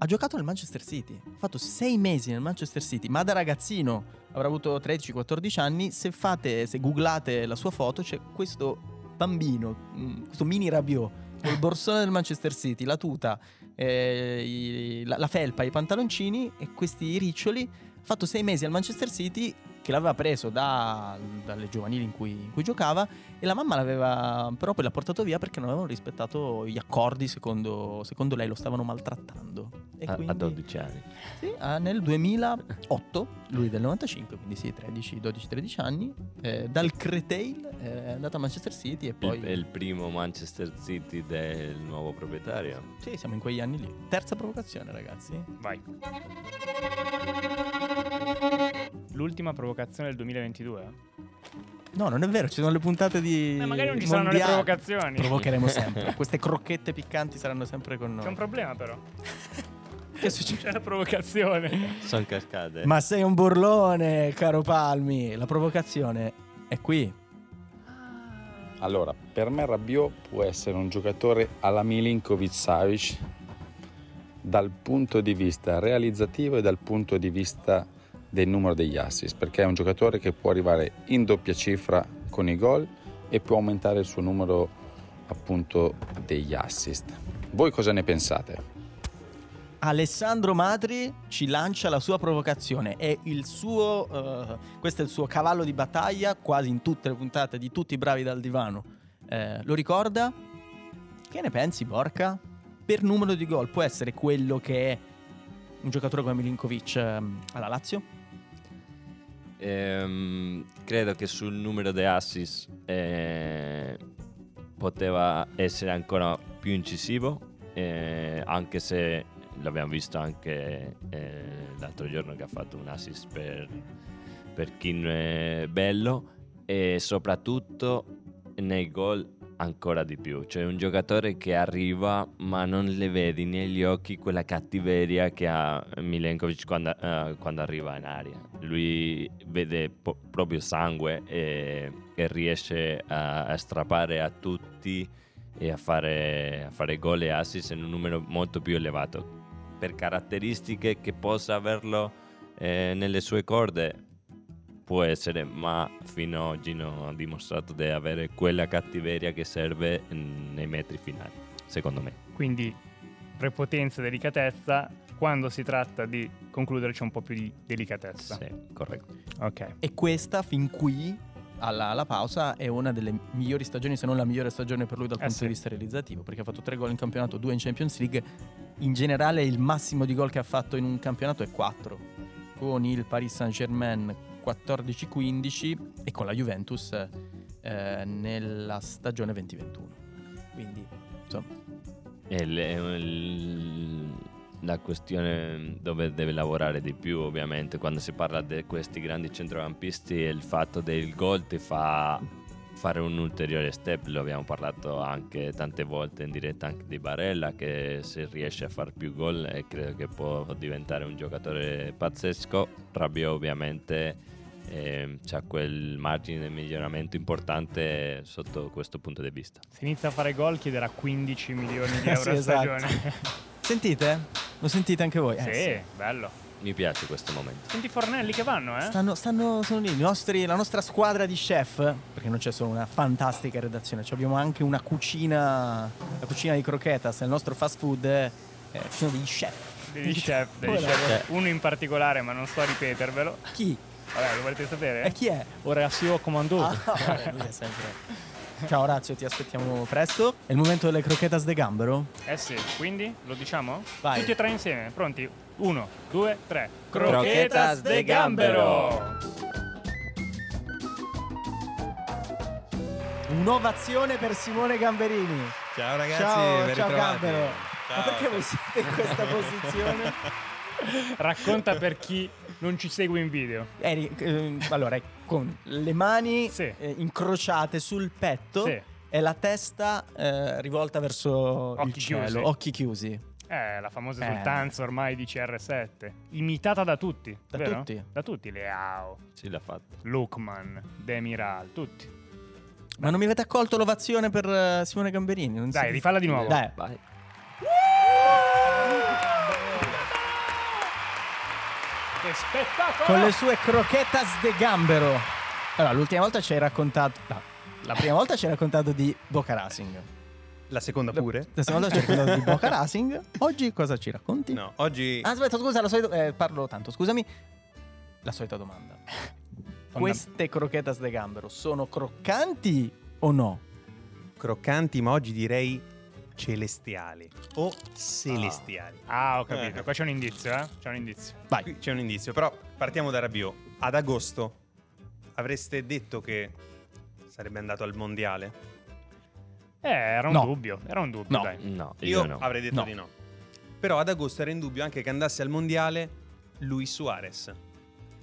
B: ha giocato nel Manchester City, ha fatto sei mesi nel Manchester City, ma da ragazzino avrà avuto 13-14 anni, se fate, se googlate la sua foto c'è questo bambino, mh, questo mini Rabiot, col borsone del Manchester City, la tuta, eh, i- la, la felpa, i pantaloncini e questi riccioli, ha fatto sei mesi al Manchester City che l'aveva preso da- dalle giovanili in cui, in cui giocava e la mamma l'aveva però poi l'ha portato via perché non avevano rispettato gli accordi secondo, secondo lei lo stavano maltrattando e
A: A,
B: quindi
A: a 12 anni.
B: sì, ah, nel 2008 lui del 95 quindi sì 13 12 13 anni eh, dal Cretail eh, è andato a Manchester City e
A: Il-
B: poi
A: è il primo Manchester City del nuovo proprietario.
B: sì siamo in quegli anni lì terza provocazione ragazzi
C: Vai. L'ultima provocazione del 2022.
B: no non è vero ci sono le puntate di
C: Eh, magari non ci saranno le
B: mondiali.
C: provocazioni.
B: provocheremo sempre queste crocchette piccanti saranno sempre con noi
C: C'è un problema però.
B: che succede
C: C'è la provocazione.
A: Sono cascate.
B: Ma sei un burlone, caro Palmi. La provocazione è qui.
F: Allora, per me Rabiot può essere un giocatore alla Milinkovic Savic dal punto di vista realizzativo e dal punto di vista del numero degli assist, perché è un giocatore che può arrivare in doppia cifra con i gol e può aumentare il suo numero appunto degli assist. Voi cosa ne pensate?
B: Alessandro Madri ci lancia la sua provocazione. È il suo. eh, questo è il suo cavallo di battaglia quasi in tutte le puntate di tutti i bravi dal divano. Eh, lo ricorda? Che ne pensi, Borca? Per numero di gol può essere quello che è un giocatore come Milinkovic ehm, alla Lazio?
A: Ehm, credo che sul numero di assist eh, poteva essere ancora più incisivo, eh, anche se l'abbiamo visto anche eh, l'altro giorno che ha fatto un assist per, per Kin eh, Bello e soprattutto nei gol ancora di più, cioè un giocatore che arriva ma non le vedi negli occhi quella cattiveria che ha Milenkovic quando, eh, quando arriva in aria, lui vede po- proprio sangue e, e riesce a, a strappare a tutti e a fare, a fare gol e assist in un numero molto più elevato per caratteristiche che possa averlo eh, nelle sue corde può essere, ma fino ad oggi non ha dimostrato di avere quella cattiveria che serve mm, nei metri finali, secondo me.
C: Quindi prepotenza e delicatezza. Quando si tratta di concludere c'è un po' più di delicatezza.
A: Sì, corretto.
C: Ok.
B: E questa fin qui, alla, alla pausa, è una delle migliori stagioni, se non la migliore stagione per lui dal
C: Eh
B: punto
C: sì.
B: di vista realizzativo, perché ha fatto tre gol in campionato, due in Champions League. In generale il massimo di gol che ha fatto in un campionato è 4, con il Paris Saint-Germain 14-15 e con la Juventus eh, nella stagione 2021. Quindi, insomma,
A: E l- è un- l- la questione dove deve lavorare di più, ovviamente, quando si parla di questi grandi centrocampisti, è il fatto del gol ti fa fare un ulteriore step. Lo abbiamo parlato anche tante volte in diretta anche di Barella, che se riesce a fare più gol eh, credo che può diventare un giocatore pazzesco. Rabiot ovviamente ha quel margine di miglioramento importante sotto questo punto di vista.
C: Se inizia a fare gol chiederà 15 milioni di euro
B: Sì,
C: a
B: esatto.
C: stagione.
B: sentite? Lo sentite anche voi? Eh,
C: sì,
B: sì.
C: bello.
A: Mi piace questo momento.
C: Senti i fornelli che vanno, eh?
B: Stanno, stanno- sono lì, i nostri- la nostra squadra di chef, perché non c'è solo una fantastica redazione, ci abbiamo anche una cucina, la cucina di croquetas, il nostro fast food, eh, ci sono degli chef.
C: degli chef, degli
B: Ora- eh,
C: chef. uno in particolare, ma non sto a ripetervelo.
B: Chi?
C: Vabbè, lo volete sapere?
B: E chi è?
C: Orazio Comandò.
B: Ah, vabbè, lui è sempre... Ciao Orazio, ti aspettiamo presto. È il momento delle croquetas de gambero?
C: Eh sì, quindi lo diciamo?
B: Vai.
C: Tutti e tre insieme, pronti? Uno, due, tre.
A: Croquetas de gambero!
B: Un'ovazione per Simone Gamberini.
E: Ciao ragazzi,
B: ciao,
E: ben
B: ciao
E: ritrovati.
B: Gambero. Ma
E: Ciao.
B: perché voi siete in questa posizione?
C: Racconta per chi non ci segue in video.
B: Eri, ehm, allora, è con le mani
C: Sì.
B: eh, incrociate sul petto
C: Sì.
B: e la testa eh, rivolta verso il
C: Occhi
B: cielo,
C: chiusi.
B: occhi chiusi.
C: Eh, la famosa
B: Eh.
C: esultanza ormai di CR7, imitata da tutti,
B: Da
C: vero?
B: tutti.
C: Da tutti, Leao,
A: Sì, l'ha fatta.
C: Lukman, Demiral, tutti.
B: Ma non mi avete accolto l'ovazione per eh, Simone Gamberini? Non
C: Dai,
B: si-
C: rifalla di nuovo.
B: Dai.
A: Vai.
C: Che spettacolo!
B: con le sue croquetas de gambero. Allora, l'ultima volta ci hai raccontato. no, la prima volta ci hai raccontato di Boca Racing.
E: La seconda pure?
B: La seconda volta ci hai raccontato di Boca Racing. Oggi cosa ci racconti?
E: No, oggi
B: Ah, aspetta, scusa, la solita- eh, parlo tanto, scusami. La solita domanda. Queste croquetas de gambero sono croccanti o no?
E: croccanti, ma oggi direi celestiali o celestiali.
C: Ah, ho capito.
E: Eh.
C: Qua c'è un indizio, eh? C'è un indizio.
B: Vai.
E: Qui c'è un indizio, però partiamo da Rabiot. Ad agosto avreste detto che sarebbe andato al mondiale?
C: Eh, era un
B: No.
C: dubbio. Era un dubbio,
B: No.
C: dai.
A: No, io, no.
E: avrei detto
B: No.
E: di no. Però ad agosto era in dubbio anche che andasse al mondiale Luis Suarez.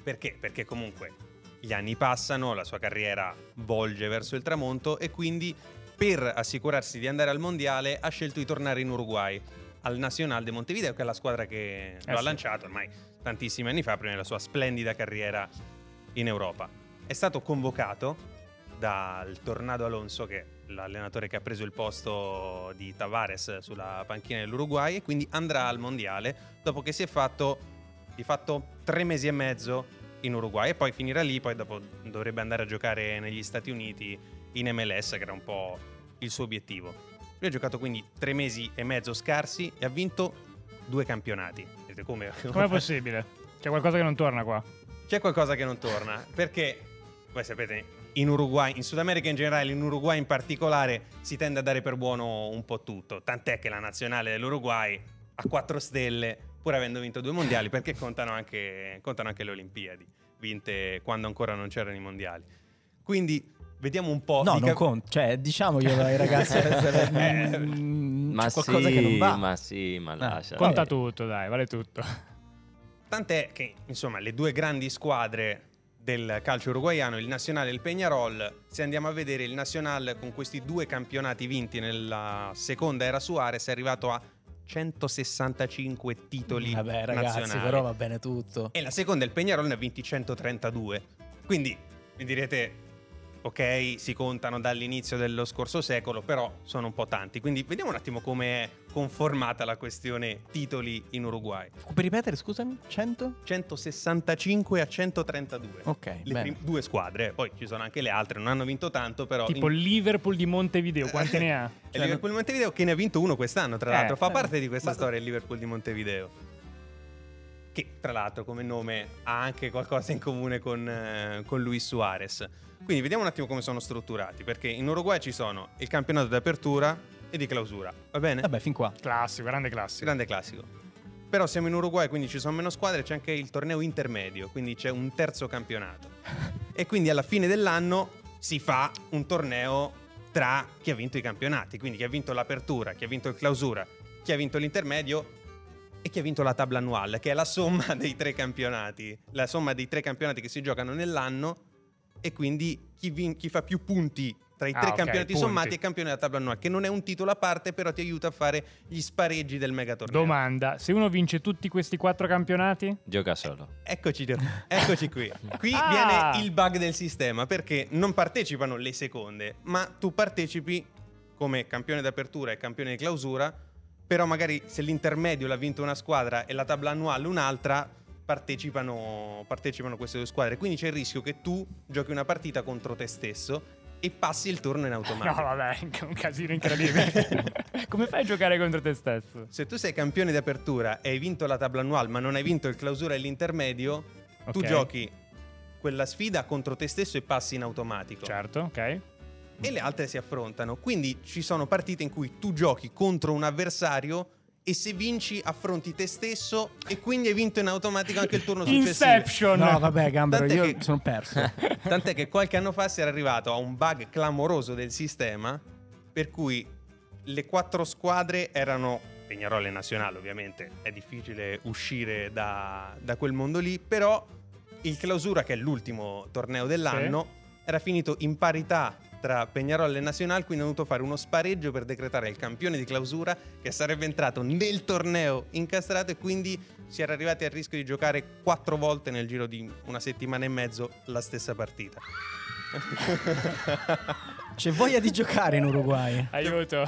E: Perché? Perché comunque gli anni passano, la sua carriera volge verso il tramonto e quindi per assicurarsi di andare al mondiale ha scelto di tornare in Uruguay al Nacional de Montevideo, che è la squadra che lo ha
C: sì.
E: lanciato ormai tantissimi anni fa, prima della sua splendida carriera in Europa. È stato convocato dal Tornado Alonso, che è l'allenatore che ha preso il posto di Tavares sulla panchina dell'Uruguay, e quindi andrà al mondiale dopo che si è fatto di fatto tre mesi e mezzo in Uruguay e poi finirà lì, poi dopo dovrebbe andare a giocare negli Stati Uniti in MLS, che era un po' il suo obiettivo. Lui ha giocato quindi tre mesi e mezzo scarsi e ha vinto due campionati. Vedete come?
C: Com'è possibile? C'è qualcosa che non torna qua.
E: C'è qualcosa che non torna, perché voi sapete, in Uruguay, in Sud America in generale, in Uruguay in particolare, si tende a dare per buono un po' tutto. Tant'è che la nazionale dell'Uruguay ha 4 stelle, pur avendo vinto due mondiali, perché contano anche, contano anche le Olimpiadi, vinte quando ancora non c'erano i mondiali. Quindi vediamo un po'.
B: No,
E: di
B: non
E: cap-
B: conto. Cioè, diciamoglielo ai ragazzi.
E: Eh,
B: Mm,
A: Ma
B: c'è qualcosa
A: sì,
B: che non va.
A: Ma sì, ma lascia.
C: Conta
B: Eh.
C: tutto, dai, vale tutto.
E: Tant'è che, insomma, le due grandi squadre del calcio uruguaiano, il Nazionale e il Peñarol, se andiamo a vedere il Nazionale con questi due campionati vinti nella seconda era Suarez è arrivato a 165 titoli
B: Vabbè, ragazzi,
E: nazionali.
B: però va bene tutto.
E: E la seconda il Peñarol ne ha vinti 132. Quindi mi direte, ok, si contano dall'inizio dello scorso secolo, però sono un po' tanti. Quindi vediamo un attimo come è conformata la questione titoli in Uruguay.
B: Puoi ripetere, scusami? 100?
E: 165 a 132.
B: Ok,
E: Le
B: bene.
E: prim- due squadre, poi ci sono anche le altre, non hanno vinto tanto, però...
C: Tipo il
E: in-
C: Liverpool di Montevideo, quanti ne ha? Cioè,
E: è il Liverpool di Montevideo che ne ha vinto uno quest'anno, tra
C: Eh,
E: l'altro, fa
C: eh.
E: parte di questa
C: Ma-
E: storia il Liverpool di Montevideo. Che tra l'altro come nome ha anche qualcosa in comune con, eh, con Luis Suarez. Quindi vediamo un attimo come sono strutturati, perché in Uruguay ci sono il campionato d'apertura e di clausura, va bene?
B: Vabbè, fin qua.
C: Classico, grande classico.
E: Grande classico. Però siamo in Uruguay, quindi ci sono meno squadre, c'è anche il torneo intermedio, quindi c'è un terzo campionato. E quindi alla fine dell'anno si fa un torneo tra chi ha vinto i campionati, quindi chi ha vinto l'apertura, chi ha vinto il clausura, chi ha vinto l'intermedio e chi ha vinto la tabla annuale, che è la somma dei tre campionati, la somma dei tre campionati che si giocano nell'anno e quindi chi, vin- chi fa più punti tra i
C: Ah,
E: tre
C: ok,
E: campionati
C: punti.
E: sommati è campione della tabla annuale, che non è un titolo a parte, però ti aiuta a fare gli spareggi del megatorneo.
C: Domanda, se uno vince tutti questi quattro campionati?
A: Gioca solo.
E: Eccoci, eccoci qui. Qui
C: Ah!
E: viene il bug del sistema perché non partecipano le seconde, ma tu partecipi come campione d'apertura e campione di clausura, però magari se l'intermedio l'ha vinto una squadra e la tabla annuale un'altra, partecipano, partecipano queste due squadre. Quindi c'è il rischio che tu giochi una partita contro te stesso e passi il turno in
C: No,
E: automatico.
C: vabbè, è un casino incredibile. Come fai a giocare contro te stesso?
E: Se tu sei campione di apertura e hai vinto la tabla annuale, ma non hai vinto il clausura e l'intermedio, tu
C: Ok.
E: giochi quella sfida contro te stesso e passi in automatico.
C: Certo, ok.
E: E le altre si affrontano. Quindi ci sono partite in cui tu giochi contro un avversario e se vinci affronti te stesso e quindi hai vinto in automatico anche il turno successivo.
C: Inception.
B: No, vabbè, Gambero,
E: Tant'è
B: io
E: che-
B: sono perso.
E: Tant'è che qualche anno fa si era arrivato a un bug clamoroso del sistema per cui le quattro squadre erano Peñarol e Nazionale ovviamente, è difficile uscire da, da quel mondo lì, però il Clausura che è l'ultimo torneo dell'anno era finito in parità tra Peñarol e Nazionale, quindi hanno dovuto fare uno spareggio per decretare il campione di clausura che sarebbe entrato nel torneo incastrato e quindi si era arrivati al rischio di giocare quattro volte nel giro di una settimana e mezzo la stessa partita.
B: C'è voglia di giocare in Uruguay.
C: Aiuto.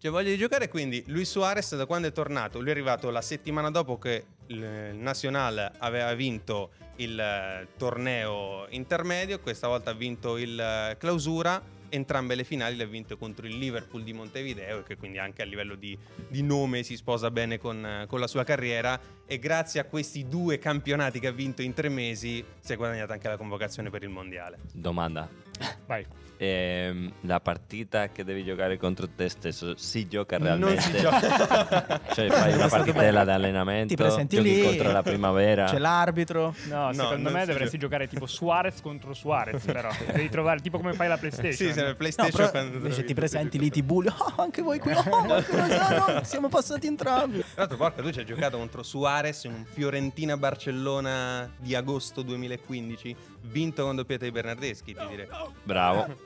E: Cioè, voglio di giocare, quindi Luis Suarez da quando è tornato? Lui è arrivato la settimana dopo che il il Nacional aveva vinto il eh, torneo intermedio, questa volta ha vinto il eh, clausura, entrambe le finali le ha vinte contro il Liverpool di Montevideo e che quindi anche a livello di, di nome si sposa bene con, eh, con la sua carriera e grazie a questi due campionati che ha vinto in tre mesi si è guadagnata anche la convocazione per il mondiale.
A: Domanda.
C: Vai.
A: Ehm, la partita che devi giocare contro te stesso si gioca
E: Non
A: realmente?
E: si gioca.
A: Cioè fai una partitella d'allenamento,
B: Ti presenti
A: giochi
B: lì.
A: contro la primavera.
B: C'è l'arbitro.
C: No,
E: No,
C: secondo
E: non
C: me
E: si
C: dovresti giocare tipo Suarez contro Suarez, però. Devi trovare tipo come fai la PlayStation.
E: Sì, sempre
B: No,
E: PlayStation.
B: però
E: quando-
B: invece ti presenti lì, ti bulli. Oh, anche voi qui. Oh, anche voi, no, no, siamo passati entrambi.
E: Tra l'altro, porca, tu ci hai giocato contro Suarez in un Fiorentina-Barcellona di agosto 2015, vinto con doppietta di Bernardeschi, ti direi.
A: Bravo.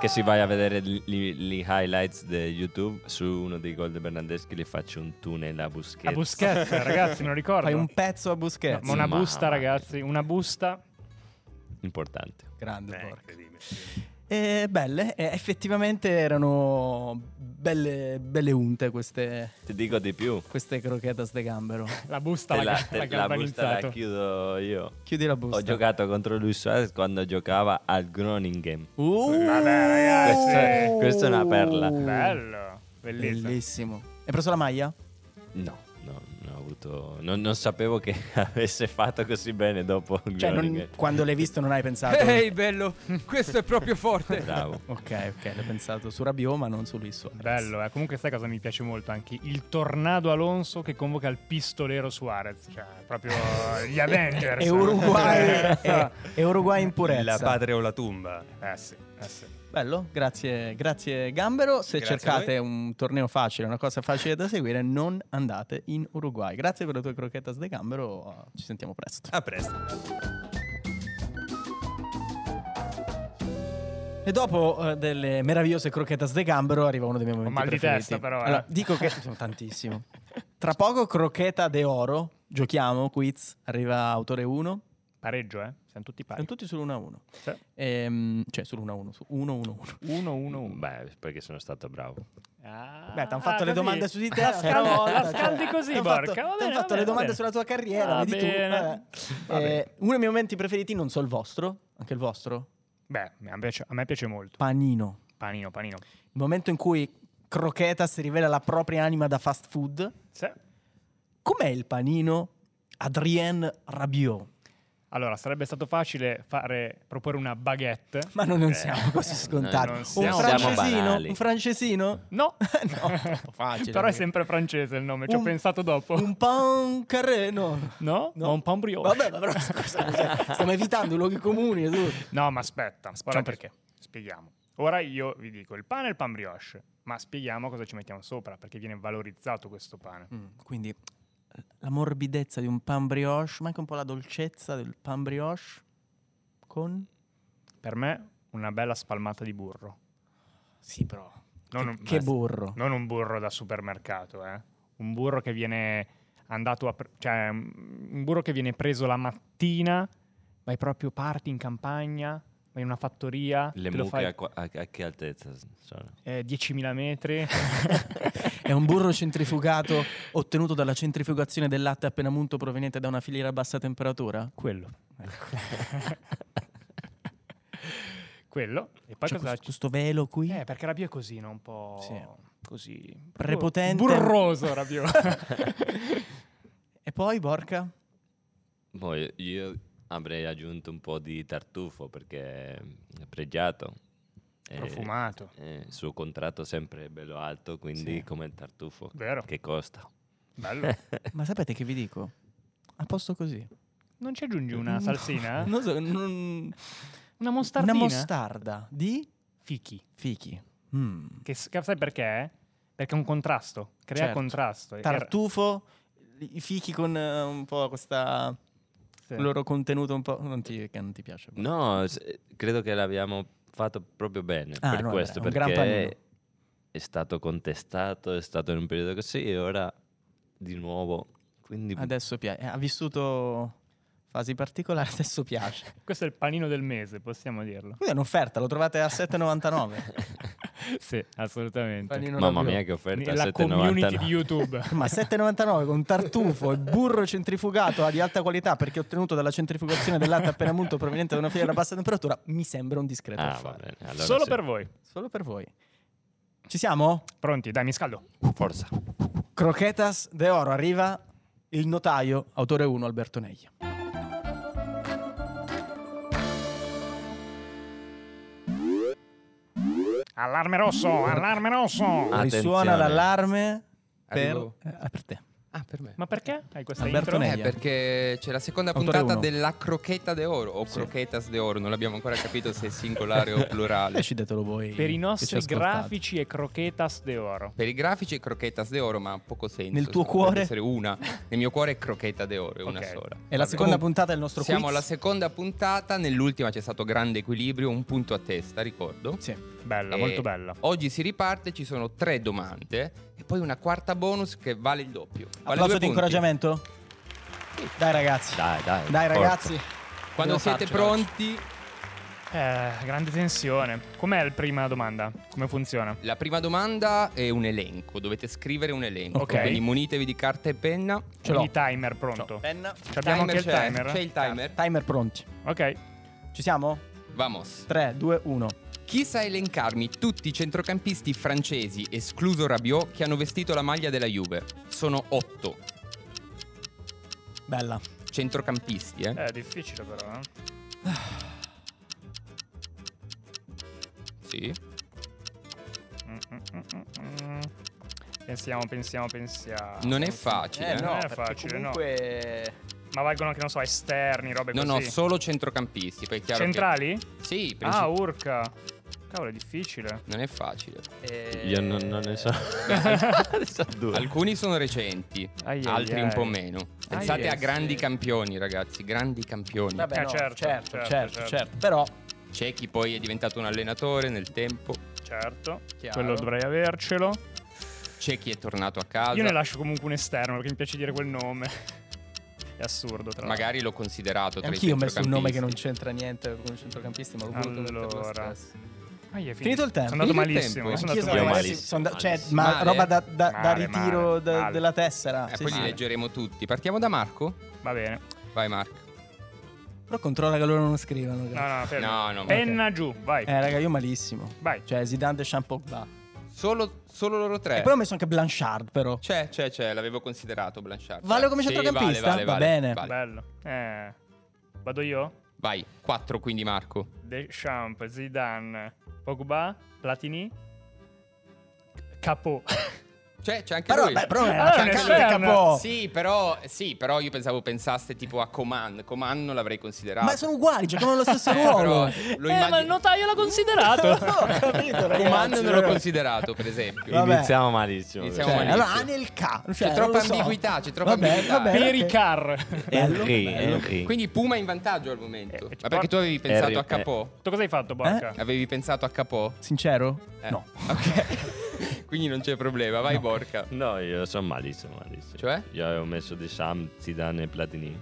A: Che si vai a vedere gli, gli highlights di YouTube su uno dei gol di Bernardeschi li faccio un tunnel a Busquets.
C: A Busquets, ragazzi, non ricordo.
B: Fai un pezzo a
C: No,
B: Busquets.
C: ma una
A: Ma-
C: busta, ragazzi, una busta.
A: Importante.
B: Grande,
E: Eh,
B: porca.
E: incredibile.
B: Eh, belle, eh, effettivamente erano belle, belle unte queste,
A: Ti dico di più.
B: queste croquetas de gambero.
C: La busta
A: Te
C: la,
A: la,
C: la,
A: te- la busta
C: campanizzato.
A: la chiudo io.
B: Chiudi la busta.
A: Ho giocato contro Luis Suarez quando giocava al Groningen.
B: Uh,
C: Vabbè, ragazzi.
A: Questa è- questa è una perla.
C: Bello. Bellissimo.
B: Bellissimo. Hai preso la maglia?
A: No, no, non ho avuto. Non, non sapevo che avesse fatto così bene dopo il
B: Cioè, non-
A: Groningen.
B: quando l'hai visto non hai pensato...
G: Ehi, bello, questo è proprio forte.
A: Bravo.
B: Ok, ok, l'ho pensato su Rabiot ma non su Luis Suarez.
C: Bello, eh. comunque sai cosa mi piace molto anche? Il tornado Alonso che convoca il pistolero Suarez, cioè proprio gli Avengers.
B: E Uruguay,
C: Eh,
B: e, e Uruguay in
E: La
B: purezza.
E: patria o la tumba.
C: eh sì, eh sì.
B: Bello, grazie, grazie Gambero. Se
E: Grazie a
B: cercate un torneo facile, una cosa facile da seguire, non andate in Uruguay. Grazie per le tue croquetas de Gambero, ci sentiamo presto.
E: A presto.
B: E dopo eh, delle meravigliose croquetas de gambero arriva uno dei miei momenti
C: mal di
B: preferiti.
C: testa, però, eh.
B: Allora, dico che sono tantissimo. Tra poco croqueta de oro, giochiamo, quiz, arriva autore 1,
C: Pareggio, eh? Siamo tutti pari.
B: sono tutti sull'1 a 1.
C: Sì.
B: Ehm, cioè sull'1 a 1, su 1 1 1.
C: 1-1-1.
A: Beh, perché sono stato bravo.
B: Beh, ti hanno fatto le domande su di te,
C: Ah, La
B: però
C: scaldi, la
B: cioè,
C: scaldi così,
B: t'han
C: porca.
B: fatto-
C: Va
B: t'han
C: bene,
B: fatto le
C: va bene,
B: domande
C: va
B: sulla tua
C: bene.
B: carriera,
C: Va
B: vedi tu.
C: bene.
B: vabbè.
C: Va
B: Eh,
C: bene.
B: uno dei miei momenti preferiti, non so il vostro, anche il vostro,
C: Beh, a me piace, a me piace molto.
B: panino.
C: Panino, panino.
B: Il momento in cui croqueta si rivela la propria anima da fast food.
C: Sì.
B: Com'è il panino Adrien Rabiot?
C: Allora, sarebbe stato facile fare, proporre una baguette.
B: Ma noi non
C: Eh,
B: siamo così scontati.
A: non
B: un
A: siamo
B: francesino?
A: banali.
B: Un francesino?
C: No,
B: No, troppo facile.
C: Però è sempre francese il nome, ci ho
B: Un-
C: pensato dopo.
B: Un pan carré, no.
C: No?
B: No.
C: Ma un pan brioche.
B: Vabbè, ma però scusa, cioè, stiamo evitando i luoghi comuni. Tu.
C: No, ma aspetta. Ora
B: perché.
C: ti- Spieghiamo. Ora io vi dico il pane e il pan brioche, ma spieghiamo cosa ci mettiamo sopra, perché viene valorizzato questo pane.
B: Mm, quindi eh, la morbidezza di un pan brioche, ma anche un po' la dolcezza del pan brioche con...
C: Per me una bella spalmata di burro.
B: Sì, però...
C: Non
B: che,
C: un-
B: che burro.
C: Non un burro da supermercato, eh. Un burro che viene andato a pre- cioè mm, un burro che viene preso la mattina, vai proprio parti in campagna, vai in una fattoria,
A: Le
C: te lo
A: mucche
C: fai
A: a, qua- a- a che altezza sono?
C: eh, 10.000 metri.
B: È un burro centrifugato ottenuto dalla centrifugazione del latte appena munto proveniente da una filiera a bassa temperatura?
C: Quello. ecco. quello. E poi
B: C'è
C: cosa
B: questo, questo velo qui.
C: Eh, perché Rabiot è così, no? Un po'
B: Sì.
C: così proprio
B: Prepotente.
C: Burroso Rabiot.
B: E poi, Borca?
A: Poi Boh, io avrei aggiunto un po' di tartufo perché è pregiato. Eh,
C: Profumato.
A: eh, il suo contratto sempre è bello alto, quindi
B: Sì.
A: come il tartufo
C: Vero.
A: che costa.
C: Bello.
B: Ma sapete che vi dico? A posto così.
C: Non ci aggiungi una
B: No,
C: salsina?
B: non so, non-
C: Una
B: Una
C: mostardina?
B: mostarda di
C: Fichi.
B: fichi. Mm.
C: Che, s- che sai perché? Perché è un contrasto. Crea
B: Certo.
C: contrasto. E-
B: Tartufo, i fichi con eh, un po' questa...
C: sì.
B: Il loro contenuto un po'... Non ti, che non ti piace.
A: No, s- credo che l'abbiamo fatto proprio bene
B: Ah,
A: per
B: no,
A: questo,
B: vabbè, un gran panino.
A: perché è stato contestato, è stato in un periodo così e ora di nuovo. Quindi
B: Adesso piace. Ha vissuto fasi particolari, adesso piace.
C: Questo è il panino del mese, possiamo dirlo.
B: Qui è un'offerta, lo trovate a 7,99.
C: sì, assolutamente.
B: Panino
A: Mamma
B: ravioli.
A: mia che offerta,
C: La community di
A: 7,99.
C: YouTube.
B: Ma 7,99 con tartufo e burro centrifugato di alta qualità perché ottenuto dalla centrifugazione del latte appena munto proveniente da una filiera a bassa temperatura mi sembra un discreto
A: Ah, va
B: affare.
A: bene, allora
C: Solo
A: sì.
C: per voi.
B: Solo per voi. Ci siamo?
C: Pronti? Dai, mi scaldo.
A: Forza.
B: Croquetas de Oro arriva il notaio, autore 1 Alberto Neglia.
C: Allarme rosso, allarme rosso.
B: Risuona
A: Attenzione.
B: l'allarme per,
E: Arrivo.
B: eh, per te.
E: Ah, per me.
C: Ma perché hai questa
B: Alberto
C: intro?
B: Negri.
E: Eh, perché c'è la seconda
B: Autore
E: puntata
B: uno.
E: della crochetta de oro o croquetas de oro, non abbiamo ancora capito se è singolare o plurale.
B: Decidetelo voi.
C: Eh, Per i
B: che ci
C: nostri
B: ascoltate.
C: grafici e croquetas de oro.
E: Per i grafici croquetas de oro, ma ha poco senso. cioè,
B: Nel tuo
E: potrebbe
B: cuore?
E: essere una. Nel mio cuore è croqueta de oro, è una
C: Ok.
E: sola.
B: È la
E: Vabbè.
B: seconda puntata del nostro
E: Siamo alla
B: quiz.
E: seconda puntata, nell'ultima c'è stato grande equilibrio, un punto a testa, ricordo.
B: Sì.
C: Bella,
E: E
C: molto bella.
E: Oggi si riparte, ci sono tre domande e poi una quarta bonus che vale il doppio. Vale
B: Applauso
E: due
B: di
E: punti.
B: incoraggiamento? Dai ragazzi.
A: Dai, dai.
B: Dai
A: forza.
B: ragazzi.
E: Quando
B: Dobbiamo
E: siete
B: farcela oggi.
E: pronti,
C: Eh, grande tensione. Com'è la prima domanda? Come funziona?
E: la prima domanda è un elenco, dovete scrivere un elenco.
C: Ok.
E: Quindi munitevi di carta e penna.
B: Ce l'ho.
C: Il timer pronto.
B: Penna.
C: Ci Abbiamo anche il
E: c'è,
B: eh?
C: timer.
E: C'è il timer.
B: Timer pronti.
C: Ok.
B: Ci siamo?
E: Vamos.
B: 3, 2, 1.
E: Chi sa elencarmi tutti i centrocampisti francesi, escluso Rabiot, che hanno vestito la maglia della Juve? Sono otto
B: Bella.
E: centrocampisti, eh?
C: È difficile però. eh.
E: Sì.
C: Mm, mm, mm, mm, mm. Pensiamo, pensiamo, pensiamo.
E: Non è facile.
C: Eh, no,
E: eh.
C: perché
B: Comunque...
C: Ma valgono che non so, esterni, robe
E: No, no,
C: così.
E: solo centrocampisti. Poi è chiaro che-
C: Centrali?
E: Sì, princip-
C: Ah, urca. Cavolo, è difficile.
E: non è facile.
B: eh,
A: Io non, non ne so. ne so due.
E: Alcuni sono recenti,
C: Ai, ai,
E: altri un
C: ai. Ah,
E: po' meno. Pensate
C: ai,
E: a grandi
C: sì.
E: campioni, ragazzi, grandi campioni.
B: Vabbè,
C: Eh,
B: no,
C: certo,
B: certo, certo,
C: certo,
B: certo,
C: certo.
B: Però
E: C'è chi poi è diventato un allenatore nel tempo,
C: Certo.
E: Chiaro.
C: Quello dovrei avercelo.
E: c'è chi è tornato a casa.
C: Io ne lascio comunque un esterno perché mi piace dire quel nome. è assurdo, tra l'altro.
E: Magari l'ho considerato tra
B: anch'io ho
E: i
B: messo un nome che non
E: centrocampisti.
B: c'entra niente con i centrocampisti, ma lo voluto mettere lo
C: Allora.
B: stesso.
C: Ah, è
B: Finito il tempo.
C: Sono andato
E: Finito il
C: malissimo.
E: tempo, eh.
C: sono
B: Anch'io
C: andato
B: sono
A: malissimo.
B: malissimo, sono da- cioè,
A: Malissimo.
B: ma
E: Male.
B: roba da, da- da
C: Male,
B: ritiro
C: male,
B: da-
C: male.
B: della tessera.
E: Eh,
B: sì,
E: poi
B: sì.
E: li leggeremo tutti. Partiamo da Marco?
C: Va bene.
E: Vai Marco.
B: Però controlla che loro non scrivano.
C: No, no, fermo.
E: No, no, ma-
C: Penna giù, vai.
B: Eh, raga, io malissimo.
C: Vai.
B: Cioè, Zidane e Shampoo va.
E: Solo, solo loro tre.
B: E poi ho messo anche Blanchard, però.
E: C'è, c'è, c'è, l'avevo considerato Blanchard.
B: Vale come
E: Sì,
B: centrocampista?
E: vale, vale,
B: Va
E: vale,
B: bene.
E: vale.
C: Bello. Eh. Vado io?
E: Vai, quattro quindi Marco.
C: Deschamps, Zidane, Pogba, Platini, Capo.
E: C'è, c'è anche
B: Però,
E: lui.
B: beh, però era
C: Allora,
B: attaccante
C: nel
B: del
C: Bayern-
B: capò.
E: Sì, però, sì, però io pensavo pensaste tipo a Coman. Coman non l'avrei considerato.
B: Ma sono uguali, giocano allo stesso
E: Eh, però
B: ruolo.
E: lo immagino-
C: notaio l'ha considerato.
B: ho capito, ragazzi.
E: Coman non l'ho considerato, per esempio.
B: Vabbè.
A: Iniziamo malissimo.
E: Iniziamo
B: Cioè,
E: malissimo.
B: allora, Anel K. Cioè,
E: C'è troppa
B: non lo so.
E: ambiguità, c'è troppa
B: Vabbè,
E: ambiguità.
B: vabbè,
C: per i
B: ok.
C: car.
B: Bello,
A: Henry,
B: bello.
A: Henry.
E: Quindi Puma è in vantaggio al momento.
C: Eh,
E: Ma perché tu avevi pensato
A: Harry-
E: a Capò?
C: Tu cosa hai fatto, Borca?
E: Avevi pensato a Capò?
B: Sincero?
E: Eh,
B: No.
E: Ok. Quindi non c'è problema, vai Borca.
A: No, io sono malissimo, malissimo.
E: Cioè?
A: Io avevo messo De Sam, Zidane e Platini.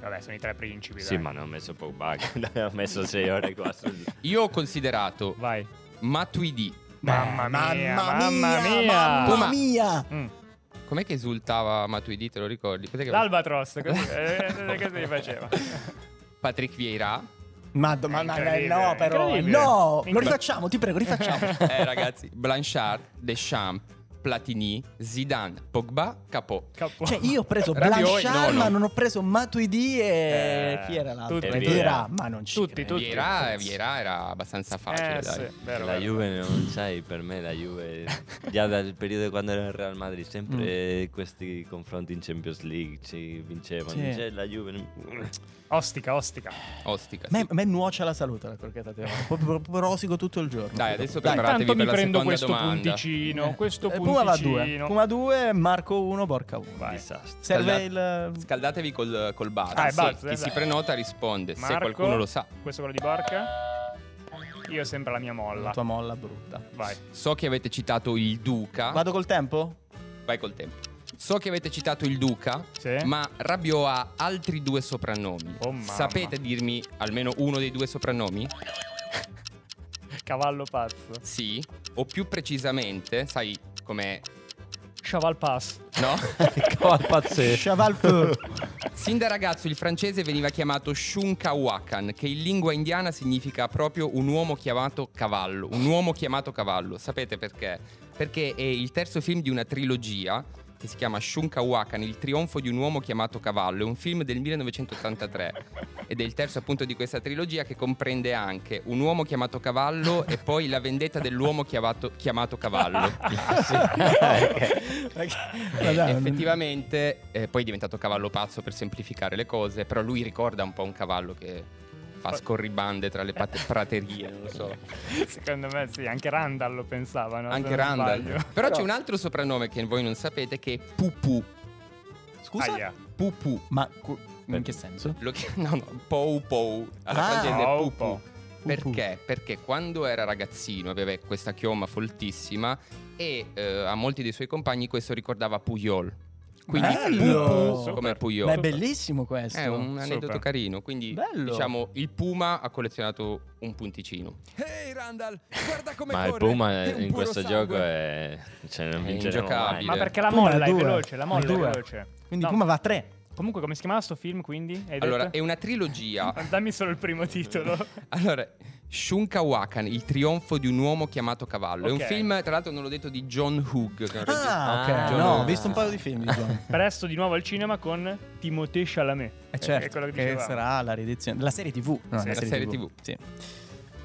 C: Vabbè, sono i tre principi.
A: Sì,
C: dai.
A: ma non ho messo Pogba, che l'avevo messo 6 ore qua sul...
E: Io ho considerato
C: Vai.
E: Matuidi.
C: Mamma mia, mamma mia.
B: Mamma mia.
C: Mm.
E: Com'è che esultava Matuidi, te lo ricordi? Cos'è che-
C: L'Albatros, così, eh, eh, così faceva.
E: Patrick Vieira
B: Ma, ma- ma-
C: incredibile,
B: no, però, eh.
C: incredibile.
B: no, lo
C: Incredibile.
B: rifacciamo, ti prego, rifacciamo.
E: Eh, ragazzi, Blanchard, Deschamps, Platini, Zidane, Pogba, Capò.
C: Capo.
B: Cioè, io ho preso
E: Rabiot,
B: Blanchard,
E: no, Eh, no.
B: ma non ho preso Matuidi e chi era l'altro?
C: tutti.
A: Viera.
B: Viera, ma non ci
C: Tutti,
B: credo.
C: tutti.
E: Viera, Viera eh, era abbastanza facile,
C: Eh, sì,
E: dai.
C: vero,
A: la
C: vero.
A: Juve non sai, per me la Juve già dal periodo quando era il Real Madrid sempre questi confronti in Champions League ci vincevano.
B: Sì.
A: Cioè, la Juve
C: Ostica, ostica.
E: Ostica.
B: A me,
E: sì.
B: a me nuoce la salute la crocchetta di oro. Proprio proprio rosico tutto il giorno.
E: Dai, adesso
B: Dai,
E: preparatevi
C: Tanto mi
E: per la
C: prendo
E: seconda
C: questo
E: domanda.
C: punticino, questo
B: Eh, Puma
C: punticino.
B: va 2, Puma 2, Marco 1, Borca 1.
A: un disastro.
B: Serve
E: Scaldate-
B: il ehm,
E: Scaldatevi col, col buzzer.
C: eh, Ah, il
E: Sì,
C: buzzer,
E: chi
C: dai.
E: si prenota risponde, se
C: Marco,
E: qualcuno lo sa.
C: Questo è quello di Borca. Io sempre la mia molla.
B: la tua molla brutta.
C: Vai.
E: So che avete citato il Duca.
B: Vado col tempo?
E: Vai col tempo. So che avete citato il Duca,
C: Sì.
E: ma Rabio ha altri due soprannomi.
C: Eh? Oh, mamma.
E: Sapete dirmi almeno uno dei due soprannomi?
C: Cavallo pazzo.
E: Sì. O più precisamente, sai com'è?
C: Chaval pass.
E: No?
B: Chaval Fur.
E: Sin da ragazzo il francese veniva chiamato Shunka Wakan, che in lingua indiana significa proprio un uomo chiamato cavallo, un uomo chiamato cavallo. Sapete perché? Perché è il terzo film di una trilogia che si chiama Shunka Wakan, il trionfo di un uomo chiamato cavallo, è un film del 1983 ed è il terzo appunto di questa trilogia che comprende anche un uomo chiamato cavallo e poi la vendetta dell'uomo chiamato, chiamato cavallo. E Eh, effettivamente eh, poi è diventato cavallo pazzo per semplificare le cose, però lui ricorda un po' un cavallo che fa scorribande tra le pat- praterie, non lo so.
C: Secondo me sì, anche Randall lo pensava, no? Se
E: Anche
C: non
E: Randall.
C: sbaglio.
E: Però c'è un altro soprannome che voi non sapete che è Pupu.
B: Scusa?
C: Aia.
E: Pupu.
B: Ma cu- in che senso?
E: Lo chi- no, no, Pou Pou. Alla
B: Ah.
E: francese è
C: Pou
E: Pupu.
C: Pou.
E: Perché? Perché quando era ragazzino aveva questa chioma foltissima e eh, a molti dei suoi compagni questo ricordava Puyol. Quindi
B: Bello!
E: Pupu come
C: Super.
E: Puyol.
B: Ma è bellissimo questo.
E: È un aneddoto
C: Sopra.
E: carino, quindi
B: Bello.
E: diciamo il Puma ha collezionato un punticino. Ehi Randall, guarda come
A: Ma il Puma eh, in questo gioco è. Cioè, non vinceremo
E: È
A: mai.
E: ingiocabile.
C: Ma perché la
B: Puma
C: molla è
B: due.
C: veloce, la molla è
B: Due.
C: veloce.
B: Quindi
C: No,
B: Puma va a 3.
C: Comunque come si chiamava sto film quindi? Hai
E: Allora, è
C: detto?
E: una trilogia.
C: Dammi solo il primo titolo.
E: Allora, Shunka Wakan, Il trionfo di un uomo chiamato cavallo. È un
C: Ok.
E: film, tra l'altro non l'ho detto, di John Hoog. che è un regista.
B: Ah, ok.
A: Ah,
B: no,
A: John-
B: ho visto un paio di film di John.
C: Presto di nuovo al cinema con Timothée Chalamet.
B: Eh,
C: È
B: certo,
C: quello
B: che,
C: che diceva.
B: sarà la riedizione. La serie TV. No,
E: Sì,
B: la
E: la
B: serie,
E: serie
B: TV.
E: TV.
B: Sì.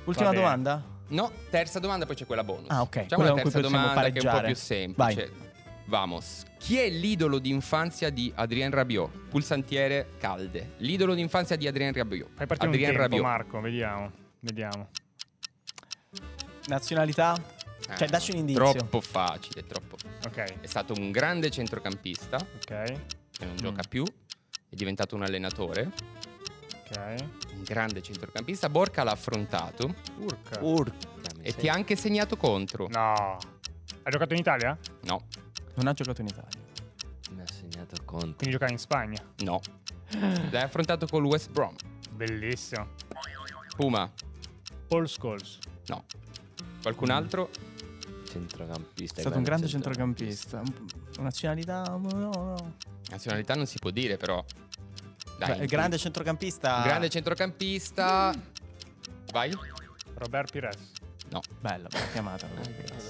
B: Ultima
C: Va bene.
B: domanda?
E: No, terza domanda, poi c'è quella bonus.
B: Ah, ok,
E: Facciamo
B: quella con
E: la
B: cui
E: terza
B: possiamo
E: domanda che è un po'
B: pareggiare.
E: più semplice. Vamos. Chi è l'idolo d'infanzia di Adrien Rabiot? Pulsantiere calde. L'idolo d'infanzia di Adrien Rabiot.
C: Fai partire
E: Adrien
C: un tempo,
E: Rabiot.
C: Marco, vediamo. Vediamo.
B: Nazionalità? Cioè,
E: Eh,
B: dacci un indizio.
E: Troppo facile, troppo facile.
C: Ok,
E: È stato un grande centrocampista
C: ok,
E: che
B: Mm.
E: non gioca più, è diventato un allenatore.
C: ok.
E: Un grande centrocampista. Borca l'ha affrontato
C: Urca.
E: e ti ha anche segnato contro.
C: No. Ha giocato in Italia?
E: No,
B: Non ha giocato in Italia.
A: Mi ha segnato Conte.
C: Quindi giocava in Spagna.
E: no. L'hai affrontato col West Brom.
C: Bellissimo.
E: Puma,
C: Paul Scholes.
E: no.
B: Mm.
E: Qualcun altro?
A: Centrocampista.
B: È stato un grande centrocampista. Un- Nazionalità? No, no.
E: Nazionalità non si può dire, però. Dai,
B: Cioè, il grande Ah. centrocampista.
E: un grande centrocampista. Vai.
C: Robert Pires.
E: No.
B: Bella, bella chiamata.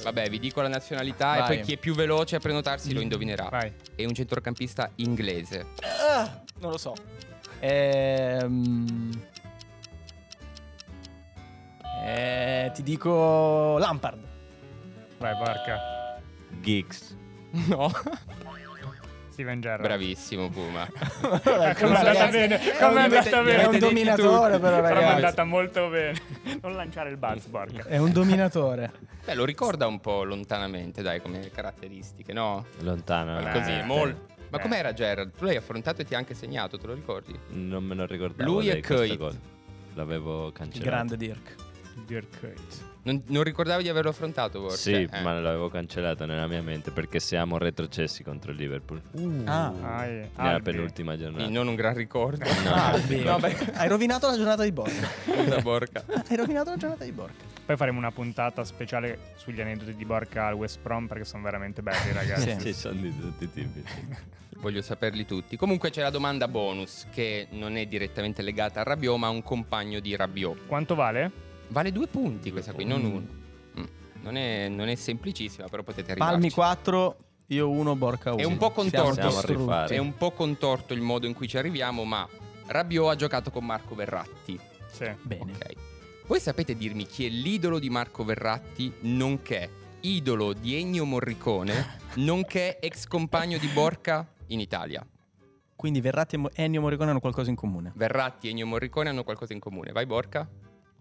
E: Vabbè, vi dico la nazionalità e
B: Vai.
E: poi chi è più veloce a prenotarsi
B: Mm.
E: lo indovinerà.
C: Vai.
E: È un centrocampista inglese.
A: Certo.
B: Ah, non lo so. Ehm... Eh, ti dico Lampard.
C: Vai, Barca.
A: Geeks.
E: No.
C: Steven Gerrard.
E: Bravissimo Puma.
C: Come è andata
E: ragazzi,
C: bene.
E: eh,
C: Come è
E: avete-
C: andata
E: avete
B: È
C: bene.
B: un
E: detti
B: dominatore,
E: tutti.
B: però,
E: Però
C: Però è
B: ragazzi.
C: andata molto bene. Non lanciare il buzz, Barca.
B: È un dominatore.
E: Beh, lo ricorda un po' lontanamente, dai, come caratteristiche, no?
A: Lontano.
E: Ma
A: eh,
E: Così,
A: eh,
E: mol- Ma
C: Eh.
E: com'era Gerard? Tu l'hai affrontato e ti ha anche segnato, te lo ricordi?
A: Non me lo ricordavo.
E: Lui
A: Lui
E: e
A: è questo
E: Coit.
A: gol. L'avevo cancellato.
B: Grande Dirk.
C: Dirk Kuyt.
E: Non, non ricordavi di averlo affrontato, forse?
A: Sì,
E: Eh.
A: ma l'avevo cancellato nella mia mente perché siamo retrocessi contro il Liverpool.
B: Ah.
C: Ah, eh.
A: Nella
C: Albi.
A: penultima giornata.
E: Quindi non un gran ricordo.
A: No,
B: Ah,
A: no,
B: bene.
E: Vabbè,
B: Hai rovinato la giornata di Borca.
E: scusa Borca.
B: Hai rovinato la giornata di Borca.
C: Poi faremo una puntata speciale sugli aneddoti di Barca al West Brom perché sono veramente belli, ragazzi.
B: Sì.
A: Ci sono di tutti i tipi. sì.
E: Voglio saperli tutti. Comunque c'è la domanda bonus che non è direttamente legata a Rabiot ma a un compagno di Rabiot.
C: Quanto vale?
E: Vale due punti questa qui, non
A: punti.
E: uno. Mm. Non è, non è semplicissima, però potete arrivarci.
B: Palmi 4, io 1, Borca 1.
E: un po'
B: Siamo
E: contorto.
A: Siamo a
B: distrutti.
A: rifare.
E: È un po' contorto il modo in cui ci arriviamo, ma Rabiot ha giocato con Marco Verratti.
C: Sì.
B: Bene.
E: Ok. Voi sapete dirmi chi è l'idolo di Marco Verratti, nonché idolo di Ennio Morricone, nonché ex compagno di Borca in Italia?
B: Quindi Verratti e Mo- Ennio Morricone hanno qualcosa in comune.
E: Verratti e Ennio Morricone hanno qualcosa in comune. Vai Borca?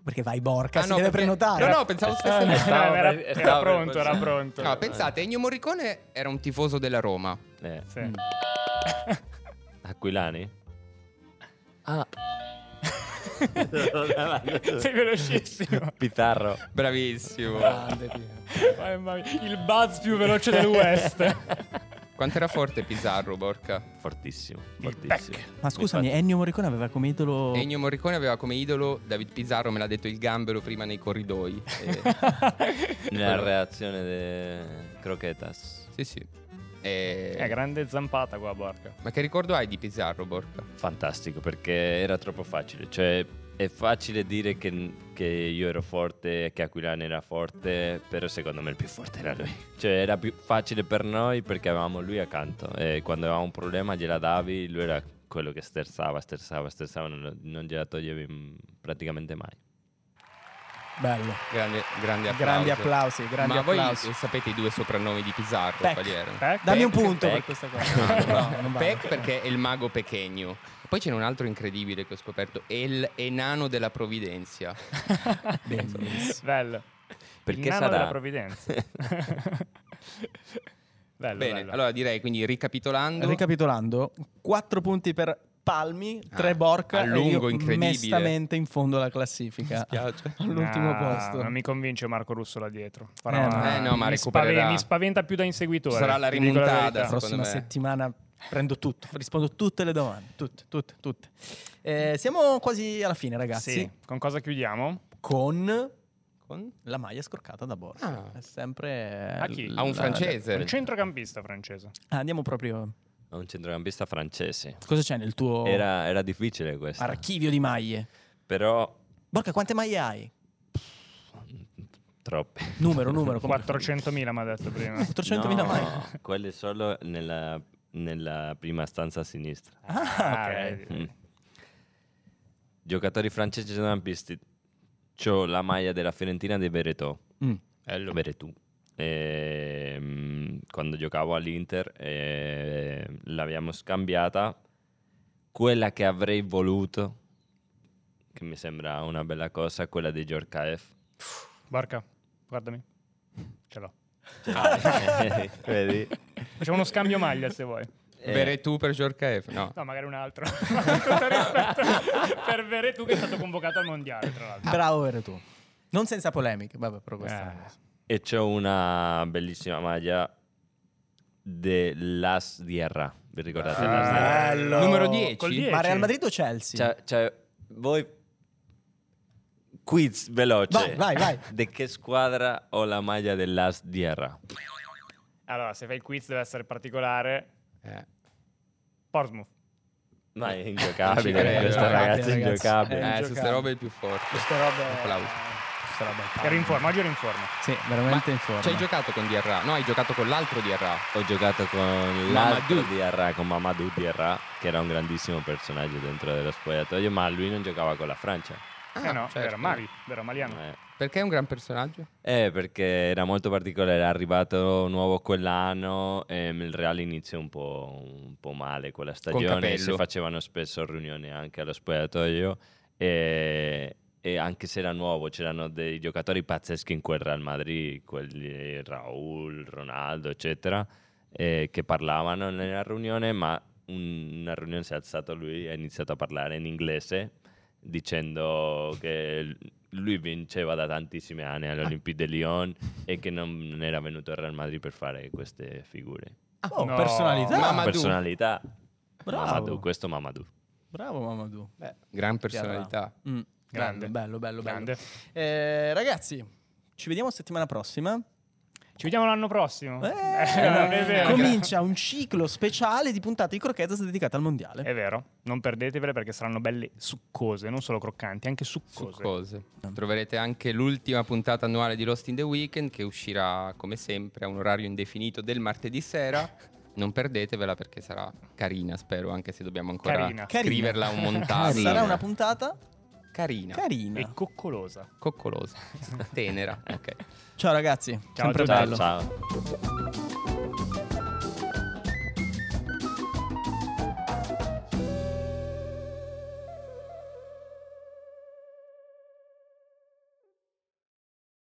B: Perché vai Borca,
E: Ah,
B: si
E: no,
B: deve
E: perché-
B: prenotare.
E: No, no, pensavo Ah, stesse...
B: Ah, no.
A: Stavo
C: era,
A: per-
C: era
A: stavo per
C: pronto, era
A: pensare.
C: pronto.
E: No, pensate, Ennio Morricone era un tifoso della Roma.
A: Eh,
C: Sì.
B: Mm.
A: Aquilani?
C: Ah.
A: Ah,
C: Sei velocissimo.
A: Pitarro.
E: Bravissimo.
C: Mamma mia, Il buzz più veloce del West.
E: Quanto era forte Pizarro, Borca?
A: Fortissimo, fortissimo.
B: Ma scusami,
A: Infatti-
B: Ennio Morricone aveva come idolo...
E: Ennio Morricone aveva come idolo David Pizarro, me l'ha detto il gambero prima nei corridoi. Eh,
A: Nella reazione di Croquetas.
E: sì, sì. Eh,
C: È grande zampata qua, Borca.
E: Ma che ricordo hai di Pizarro, Borca?
A: Fantastico, perché era troppo facile. Cioè, è facile dire che, che io ero forte, che Aquilani era forte, però secondo me il più forte era lui. Cioè, era più facile per noi perché avevamo lui accanto. E quando avevamo un problema gliela davi, lui era quello che sterzava, sterzava, sterzava, non, non gliela toglievi mm, praticamente mai.
B: Bello.
E: Grande, grande applauso.
B: Grandi applausi, grandi
E: ma
B: applausi.
E: voi eh, sapete i due soprannomi di Pizarro,
B: Peck.
E: quali erano?
C: Peck.
B: Dammi un
A: Peck,
B: punto per
A: Peck.
B: questa
E: No,
B: cosa.
E: no,
B: non vale.
E: Peck perché è il mago pechegno. Poi c'è un altro incredibile che ho scoperto, è il enano della provvidenza.
B: Bellissimo.
C: Bello.
A: Perché
C: il nano
A: sarà?
C: della provvidenza. bello,
E: Bene,
C: bello.
E: allora direi quindi ricapitolando,
B: Ricapitolando, 4 punti per Palmi, 3
E: Ah,
B: Borca
E: a lungo,
B: e io
E: incredibile.
B: mestamente in fondo alla classifica.
E: spiace.
B: All'ultimo
C: No,
B: posto.
C: Ah, Non mi convince Marco Russo là dietro.
B: Eh,
C: una-
B: eh,
E: no, ma
C: mi,
E: recupererà.
C: spaven- mi spaventa più da inseguitore.
E: Sarà la
C: vi dico
E: rimontata.
B: La
C: verità.
B: prossima
E: secondo me.
B: settimana prendo tutto, rispondo tutte le domande, tutte, tutte, tutte. Eh, siamo quasi alla fine, ragazzi,
C: Sì, con cosa chiudiamo?
B: con
E: Con-
B: la maglia scorcata da Borca.
E: Ah.
B: È sempre
C: A chi?
E: A un
B: la-
E: francese.
C: Un centrocampista francese.
B: Ah, andiamo proprio
A: È un centrocampista francese.
B: Cosa c'è nel tuo
A: Era, era difficile questo.
B: archivio di maglie?
A: Però
B: Borca, quante maglie hai?
A: troppe.
B: Numero, numero. come-
C: 400.000 mi ha detto prima.
B: 400.000
A: No,
B: maglie.
A: Quelle solo nella, nella prima stanza a sinistra. Mm.
B: Ah,
C: Ah,
B: ok.
E: Mm.
C: vedi.
A: Giocatori francesi centrocampisti. C'ho la maglia della Fiorentina di Veretò.
B: Mm.
A: Bello. Veretù. Ehm, quando giocavo all'Inter ehm, l'abbiamo scambiata. Quella che avrei voluto, che mi sembra una bella cosa, è quella di Giorkaeff.
C: Barca, guardami. Ce l'ho.
A: Vedi?
C: Facciamo uno scambio maglia se vuoi.
A: Eh,
E: Veretù per Jorka F. No.
C: No, magari un altro. Con tutto il rispetto per Veretù che è stato convocato al mondiale, tra l'altro.
B: Bravo, vero tu. Non senza polemiche, vabbè, però questa.
C: Eh,
A: E c'ho una bellissima maglia dell'As di Erra. Vi
C: Ah,
A: ricordate? l'As di Herrera?
B: Bello.
E: Numero 10?
C: Col 10.
B: Ma Real Madrid o Chelsea?
A: Cioè, cioè, voi quiz veloce.
B: Vai, vai, vai.
A: Di che squadra ho la maglia dell'As di Erra?
C: Allora, se fai il quiz deve essere particolare.
E: Eh.
C: Portsmouth.
A: Ma è
E: ci
A: ingiocabile,
E: credo.
A: questa
E: Giocabile,
A: ragazza è
B: ragazzi.
A: ingiocabile.
E: Eh,
B: giocabile.
E: su ste robe è il più forte.
B: Queste robe-
E: Applauso.
B: Questa roba è
C: Ero in forma, oggi ero in forma.
B: Sì, veramente in forma.
E: Ci hai giocato con DRA? No, hai giocato con l'altro DRA.
A: Ho giocato con l'altro di Erra, con Mamadou di Erra, che era un grandissimo personaggio dentro dello spogliatoio, ma lui non giocava con la Francia.
C: eh no,
E: certo.
C: era Mari, era Maliano.
A: Eh.
E: Perché è un gran personaggio?
A: Eh, perché era molto particolare, era arrivato nuovo quell'anno e il Real iniziò un po', un po' male quella stagione,
E: Capello.
A: si facevano spesso riunioni anche allo spogliatoio e, e anche se era nuovo c'erano dei giocatori pazzeschi in quel Real Madrid, quelli Raul, Ronaldo eccetera, eh, che parlavano nella riunione ma un- una riunione si è alzato lui e ha iniziato a parlare in inglese dicendo che l- lui vinceva da tantissimi anni all'Olympique de Lyon e che non non era venuto al Real Madrid per fare queste figure.
B: Oh,
C: No.
B: personalità.
E: Mamadou.
A: Personalità.
B: Bravo.
A: Mamadou, questo Mamadou.
B: Bravo Mamadou.
E: Gran personalità.
B: Eh, Mm,
C: Grande.
B: Bello, bello, bello. bello.
C: Grande.
B: Eh, ragazzi, Ci vediamo settimana prossima.
C: Ci vediamo l'anno prossimo.
B: Eh,
C: non è vero.
B: comincia un ciclo speciale di puntate di croquetas dedicate al mondiale.
C: È vero, non perdetevele perché saranno belle succose, non solo croccanti, anche succose. Mm.
E: Cose. Troverete anche l'ultima puntata annuale di Lost in the Weekend che uscirà come sempre a un orario indefinito del martedì sera. Non perdetevela perché sarà carina, spero, anche se dobbiamo ancora
C: Carina.
B: Carina.
E: scriverla o montarla.
B: Sarà una puntata
E: carina,
B: carina.
C: E coccolosa.
E: coccolosa, tenera. Ok.
B: Ciao ragazzi,
C: Ciao a
B: sempre
C: tutti.
A: Ciao,
B: bello.
A: ciao.